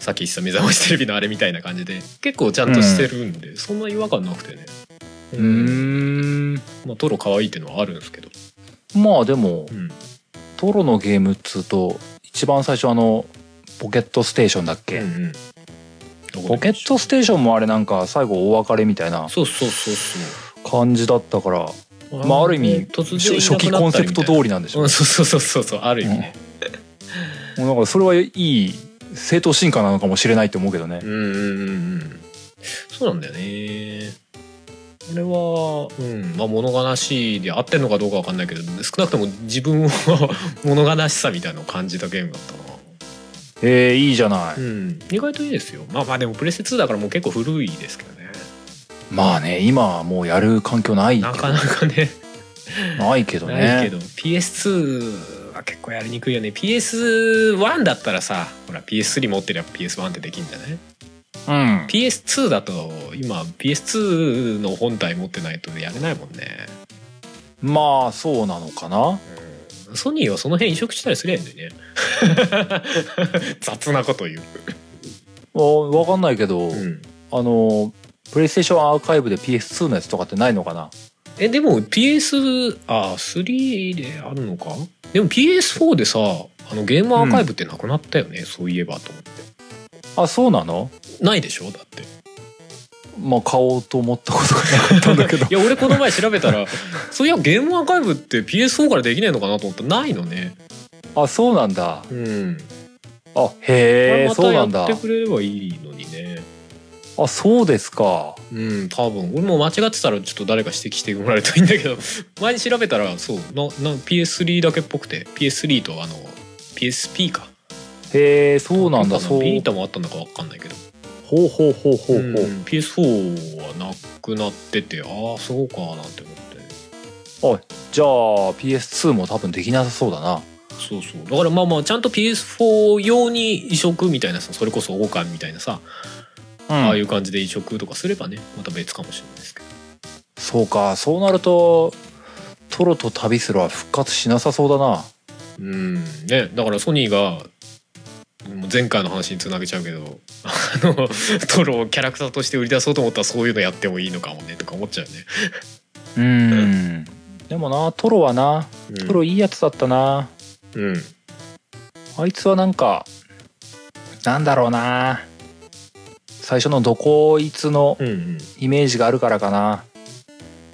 Speaker 2: さっき言ってた「目覚ましテレビ」のあれみたいな感じで結構ちゃんとしてるんで、そんな違和感なくてね、
Speaker 1: うーん
Speaker 2: まあ、トロ可愛いっていうのはあるんですけど、
Speaker 1: まあでも
Speaker 2: うん、
Speaker 1: トロのゲームっつうと一番最初あのポケットステーションだっけ、
Speaker 2: うんうん
Speaker 1: ポケットステーションもあれなんか最後お別れみたいな
Speaker 2: そうそうそうそ
Speaker 1: 感じだったから
Speaker 2: う
Speaker 1: まあある意味
Speaker 2: 突
Speaker 1: 初
Speaker 2: 然いなくなったり
Speaker 1: 初期コンセプ
Speaker 2: みたいな
Speaker 1: ト通りなんでしょ、
Speaker 2: うんそうそうそうそうそうある意味ね、
Speaker 1: もうなんかそれはいい正当進化なのかもしれないと思うけどね
Speaker 2: うんうんうんうんそうなんだよねこれは、うんまあ、物悲しいで合ってんのかどうかわかんないけど少なくとも自分を 物悲しさみたいなのを感じたゲームだったな、
Speaker 1: えー、いいじゃない、
Speaker 2: うん、意外といいですよまあまあでもプレステ2だからもう結構古いですけどね
Speaker 1: まあね今はもうやる環境ない
Speaker 2: なかなかね
Speaker 1: ないけどね
Speaker 2: ないけど PS2 は結構やりにくいよね PS1 だったらさほら PS3 持ってりゃ PS1 ってできんじゃない
Speaker 1: うん
Speaker 2: PS2 だと今 PS2 の本体持ってないとやれないもんね
Speaker 1: まあそうなのかな
Speaker 2: ソニーはその辺移植したりすりゃいいんだよね 雑なこと言う、
Speaker 1: おわかんないけど、
Speaker 2: うん
Speaker 1: あのプレイステーションアーカイブで PS2 のやつとかってないのかな
Speaker 2: えでも PS あ3であるのかでも PS4 でさあのゲームアーカイブってなくなったよね、そういえばと思って
Speaker 1: あそうなの
Speaker 2: ないでしょだって
Speaker 1: まあ買おうと思ったことがなかったんだ けど
Speaker 2: いや俺この前調べ たらそういやゲームアーカイブって PS4 からできないのかなと思ったらないのね
Speaker 1: あそうなんだ
Speaker 2: うん
Speaker 1: あへえ
Speaker 2: また
Speaker 1: そう
Speaker 2: や
Speaker 1: なんだ
Speaker 2: ってくれればいいのにね
Speaker 1: あそうですか
Speaker 2: うん多分俺も間違ってたらちょっと誰か指摘してもらえるといいんだけど 前に調べたらそうなな PS3 だけっぽくて PS3 とあの PSP か
Speaker 1: へえそうなんだそう
Speaker 2: ビータもあったのか分かんないけど
Speaker 1: ほうほうほうほうほう、
Speaker 2: うん PS4 はなくなっててああそうかなんて思って
Speaker 1: じゃあ PS2 も多分できなさそうだな
Speaker 2: そうそうだからまあまあちゃんと PS4 用に移植みたいなさそれこそ王冠みたいなさ、ああいう感じで移植とかすればねまた別かもしれないですけど
Speaker 1: そうかそうなるとトロと旅するは復活しなさそうだな
Speaker 2: うんねだからソニーがもう前回の話につなげちゃうけど あのトロをキャラクターとして売り出そうと思ったらそういうのやってもいいのかもねとか思っちゃうよね。
Speaker 1: うんでもなトロはな
Speaker 2: うん
Speaker 1: トロいいやつだったな、
Speaker 2: うん
Speaker 1: あいつはなんかなんだろうな最初のどこいつの
Speaker 2: うんうん、
Speaker 1: イメージがあるからかな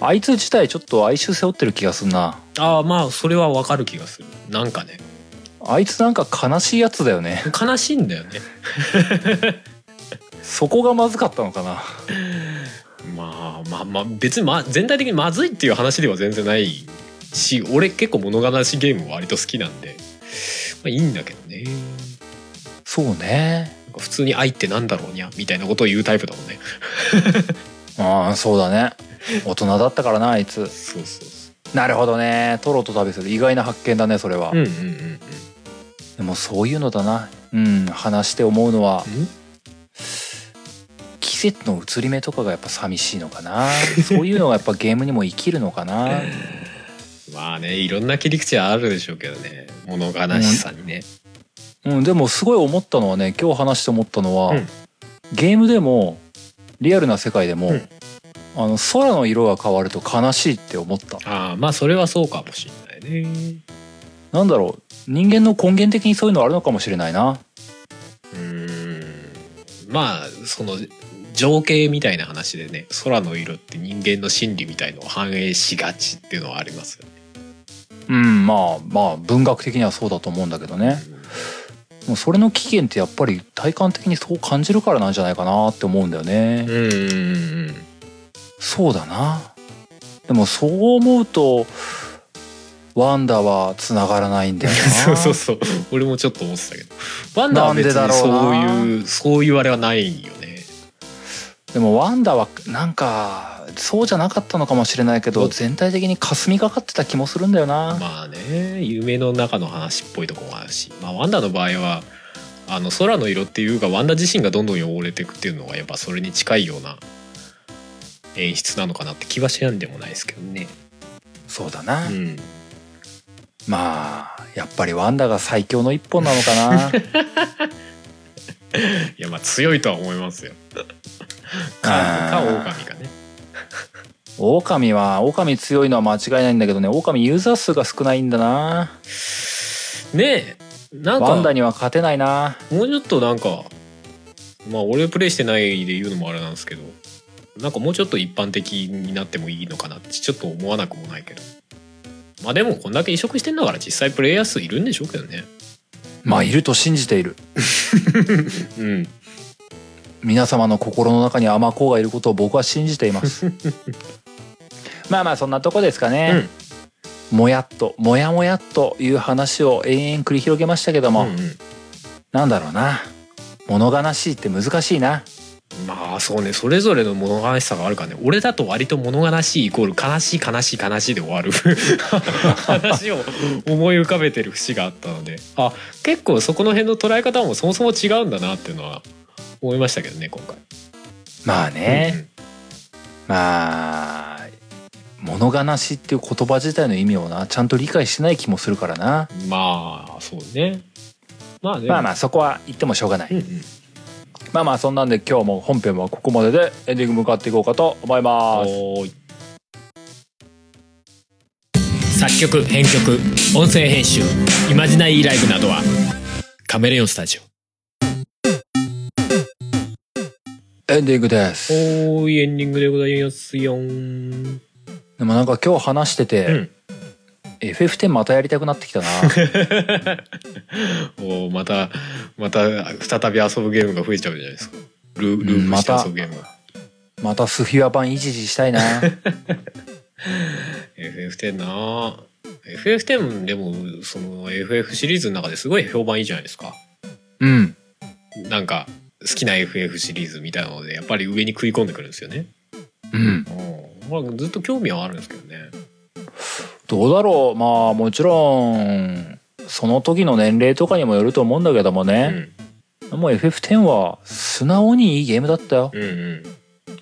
Speaker 1: あいつ自体ちょっと哀愁背負ってる気がすんな
Speaker 2: ああまあそれはわかる気がするなんかね
Speaker 1: あいつなんか悲しいやつだよね
Speaker 2: 悲しいんだよね
Speaker 1: そこがまずかったのかな
Speaker 2: まあまあまあ別に、ま、全体的にまずいっていう話では全然ないし俺結構物悲しいゲームは割と好きなんで、まあ、いいんだけどね
Speaker 1: そうね
Speaker 2: なんか普通に愛ってなんだろうにゃみたいなことを言うタイプだもんね
Speaker 1: ああそうだね大人だったからなあいつ
Speaker 2: そうそうそ
Speaker 1: なるほどねトロと旅する意外な発見だねそれは、
Speaker 2: うんうんうん
Speaker 1: でもそういうのだなうん話して思うのは
Speaker 2: うんん
Speaker 1: 季節の移り目とかがやっぱ寂しいのかなそういうのがやっぱゲームにも生きるのかな
Speaker 2: まあねいろんな切り口はあるでしょうけどね物悲しさにね、
Speaker 1: うんでもすごい思ったのはね今日話して思ったのは、
Speaker 2: うん
Speaker 1: ゲームでもリアルな世界でも、
Speaker 2: うん
Speaker 1: あの空の色が変わると悲しいって思った
Speaker 2: ああまあそれはそうかもしれないね
Speaker 1: なんだろう人間の根源的にそういうのあるのかもしれないな
Speaker 2: うーんまあその情景みたいな話でね空の色って人間の心理みたいのを反映しがちっていうのはありますよね。
Speaker 1: うんまあまあ文学的にはそうだと思うんだけどねもうそれの起源ってやっぱり体感的にそう感じるからなんじゃないかなって思うんだよね、
Speaker 2: うんうんうん
Speaker 1: そうだなでもそう思うとワンダはつながらないんだよ
Speaker 2: そう
Speaker 1: な
Speaker 2: そうそう俺もちょっと思ってたけどワンダは別
Speaker 1: なん
Speaker 2: に
Speaker 1: でだろう
Speaker 2: そう
Speaker 1: な
Speaker 2: いうそういうあれはないよね。
Speaker 1: でもワンダはなんかそうじゃなかったのかもしれないけど
Speaker 2: お
Speaker 1: 全体的に霞がかってた気もするんだよな、
Speaker 2: まあね夢の中の話っぽいとこもあるし、まあ、ワンダの場合はあの空の色っていうかワンダ自身がどんどん汚れていくっていうのがやっぱそれに近いような演出なのかなって気はしないんでもないですけどね。
Speaker 1: そうだな、
Speaker 2: うん、
Speaker 1: まあやっぱりワンダが最強の一本なのかな
Speaker 2: いやまあ強いとは思いますよ。かか
Speaker 1: あー
Speaker 2: 狼がね。
Speaker 1: 狼は狼強いのは間違いないんだけどね狼ユーザー数が少ないんだな
Speaker 2: ねえなん
Speaker 1: ワンダ
Speaker 2: か
Speaker 1: には勝てないな
Speaker 2: もうちょっとなんかまあ俺プレイしてないで言うのもあれなんですけどなんかもうちょっと一般的になってもいいのかなってちょっと思わなくもないけどまあでもこんだけ移植してんだから実際プレイヤー数いるんでしょうけどね
Speaker 1: まあいると信じている
Speaker 2: うん
Speaker 1: 皆様の心の中に甘子がいることを僕は信じています まあまあそんなとこですかね、もやっともやもやっという話を延々繰り広げましたけども、
Speaker 2: うんうん
Speaker 1: なんだろうな物悲しいって難しいな
Speaker 2: まあそうねそれぞれの物悲しさがあるからね俺だと割と物悲しいイコール悲しい悲しい悲しいで終わる話を思い浮かべてる節があったのであ結構そこの辺の捉え方もそもそも違うんだなっていうのは思いましたけどね今回。
Speaker 1: まあね、
Speaker 2: うんうん
Speaker 1: まあ物悲しいっていう言葉自体の意味をなちゃんと理解してない気もするからな、
Speaker 2: まあそうね。まあね。
Speaker 1: まあまあそこは言ってもしょうがない、
Speaker 2: うんうん
Speaker 1: まあまあそんなんで今日も本編はここまででエンディング向かっていこうかと思います
Speaker 2: おーい作曲編曲音声編集イマジナイライブなどはカメレオンスタジオ。
Speaker 1: エンディングです
Speaker 2: おーいエンディングでございますよん
Speaker 1: でもなんか今日話してて、
Speaker 2: うん
Speaker 1: FF10 またやりたくなって きたな
Speaker 2: おーまたまた再び遊ぶゲームが増えちゃうじゃないですかルーループして遊ぶゲームが、
Speaker 1: またスフィア版維持したい な
Speaker 2: FF10 なあ FF10 でもその FF シリーズの中ですごい評判いいじゃないですか
Speaker 1: うん
Speaker 2: なんか好きな FF シリーズみたいなのでやっぱり上に食い込んでくるんですよね
Speaker 1: うん
Speaker 2: うんまあずっと興味はあるんですけどね
Speaker 1: どうだろうまあもちろんその時の年齢とかにもよると思うんだけども
Speaker 2: う
Speaker 1: ね、
Speaker 2: ん
Speaker 1: もう FF10 は素直にいいゲームだったよ、
Speaker 2: うんうん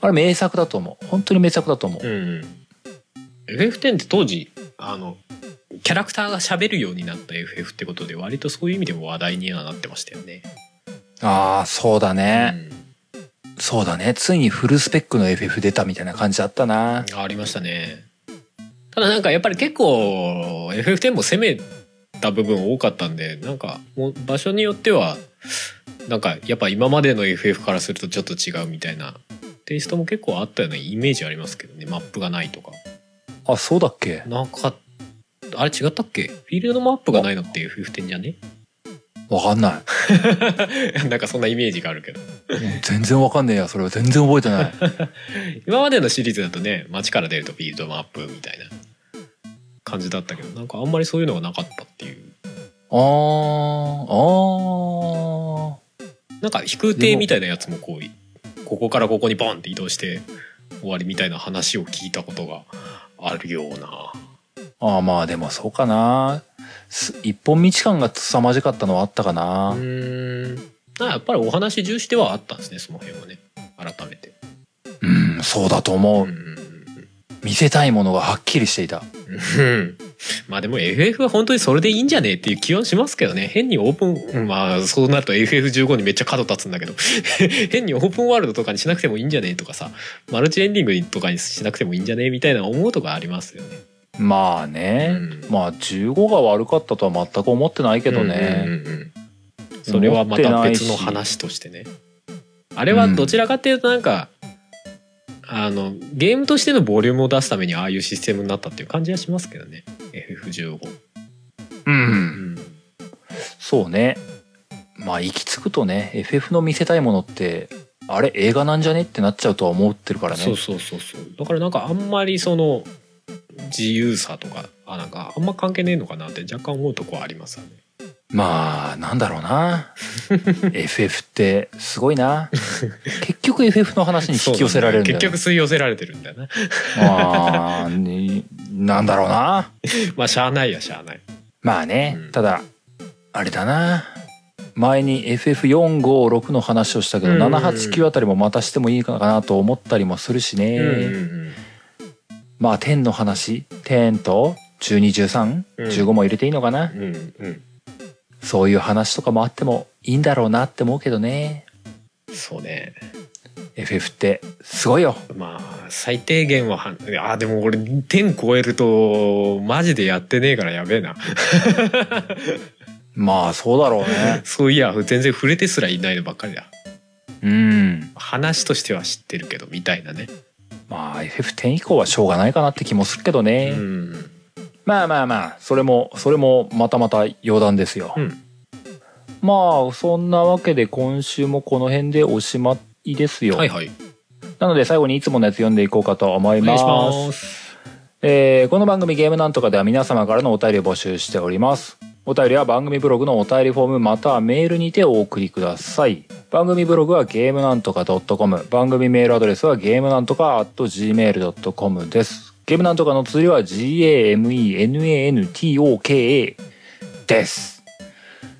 Speaker 1: あれ名作だと思う本当に名作だと思う、
Speaker 2: うんうん FF10 って当時あのキャラクターが喋るようになった FF ってことで割とそういう意味でも話題にはなってましたよね。
Speaker 1: ああそうだね、
Speaker 2: う
Speaker 1: そうだねついにフルスペックの FF 出たみたいな感じだったなん
Speaker 2: ありましたね。ただなんかやっぱり結構 FF10 も攻めた部分多かったんでなんかもう場所によってはなんかやっぱ今までの FF からするとちょっと違うみたいなテイストも結構あったようなイメージありますけどねマップがないとか。
Speaker 1: あそうだっけ
Speaker 2: なんかあれ違ったっけフィールドマップがないのって FF10 じゃね
Speaker 1: わかんない
Speaker 2: なんかそんなイメージがあるけど
Speaker 1: 全然わかんねえやそれは全然覚えて ない
Speaker 2: 今までのシリーズだとね街から出るとフィールドマップみたいな感じだったけどなんかあんまりそういうのがなかったっていう
Speaker 1: あーあー
Speaker 2: なんか飛空艇みたいなやつもこうここからここにボンって移動して終わりみたいな話を聞いたことがあるような
Speaker 1: ああまあでもそうかなす一本道感が凄まじかったのはあったかな、
Speaker 2: うーんなんかやっぱりお話重視ではあったんですねその辺はね改めて
Speaker 1: うん、そうだと思
Speaker 2: う
Speaker 1: うん
Speaker 2: うん
Speaker 1: 見せたいものがはっきりしていた
Speaker 2: うんうん まあでも FF は本当にそれでいいんじゃねえっていう気はしますけどね変にオープンうんまあそうなると FF15 にめっちゃ角立つんだけど 変にオープンワールドとかにしなくてもいいんじゃねえとかさマルチエンディングとかにしなくてもいいんじゃねえみたいな思うとかありますよね。
Speaker 1: まあね、
Speaker 2: うん
Speaker 1: まあ15が悪かったとは全く思ってないけどね、
Speaker 2: うんうんうんうんそれはまた別の話としてねあれはどちらかっていうとなんか、あのゲームとしてのボリュームを出すためにああいうシステムになったっていう感じはしますけどね FF15、
Speaker 1: うん、
Speaker 2: うん
Speaker 1: そうねまあ行き着くとね FF の見せたいものってあれ映画なんじゃねってなっちゃうとは思ってるからね
Speaker 2: そうそうそうそうだからなんかあんまりその自由さとかあなんかあんま関係ねえのかなって若干思うとこはありますよね
Speaker 1: まあなんだろうな FF ってすごいな結局 FF の話に引き寄せられるんだよ、ね、
Speaker 2: 結局吸い寄せられてるんだよね
Speaker 1: あーになんだろうな
Speaker 2: まあしゃあないやしゃあない
Speaker 1: まあね、
Speaker 2: うん
Speaker 1: ただあれだな前に FF456 の話をしたけど、
Speaker 2: うんうんうん
Speaker 1: 789あたりもまたしてもいいかなと思ったりもするしね、
Speaker 2: うん
Speaker 1: まあ10の話10と
Speaker 2: うん
Speaker 1: 121315も入れていいのかな、
Speaker 2: うんうんうん
Speaker 1: そういう話とかもあってもいいんだろうなって思うけどね
Speaker 2: そうね
Speaker 1: FF ってすごいよ
Speaker 2: まあ最低限ははあでも俺10超えるとマジでやってねえからやべえな
Speaker 1: まあそうだろう ね
Speaker 2: そういや全然触れてすらいないのばっかりだ
Speaker 1: うん
Speaker 2: 話としては知ってるけどみたいなね、
Speaker 1: まあ FF10 以降はしょうがないかなって気もするけどね、
Speaker 2: うん
Speaker 1: まあまあまあそれもそれもまたまた余談ですよ、
Speaker 2: うん
Speaker 1: まあそんなわけで今週もこの辺でおしまいですよ、
Speaker 2: はいはい
Speaker 1: なので最後にいつものやつ読んでいこうかと思い
Speaker 2: お
Speaker 1: ま
Speaker 2: 願い
Speaker 1: す
Speaker 2: します
Speaker 1: えーこの番組ゲームなんとかでは皆様からのお便りを募集しております。お便りは番組ブログのお便りフォームまたはメールにてお送りください。番組ブログはゲームなんとか .com 番組メールアドレスはゲームなんとか .gmail.com です。ゲームなんとかの綴りは gamenantoka です。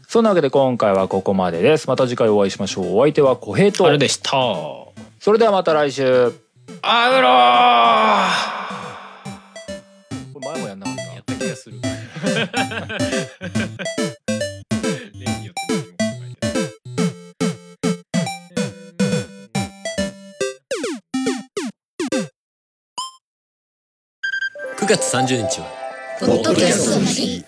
Speaker 1: そんなわけで今回はここまでです。また次回お会いしましょう。お相手は小平と
Speaker 2: あれ。でした
Speaker 1: それではまた来週。
Speaker 2: あうろー
Speaker 1: 前もやんなかっ
Speaker 2: やった気がする例によって何も考えてない
Speaker 3: 9月30日は
Speaker 4: ポッドキャストの日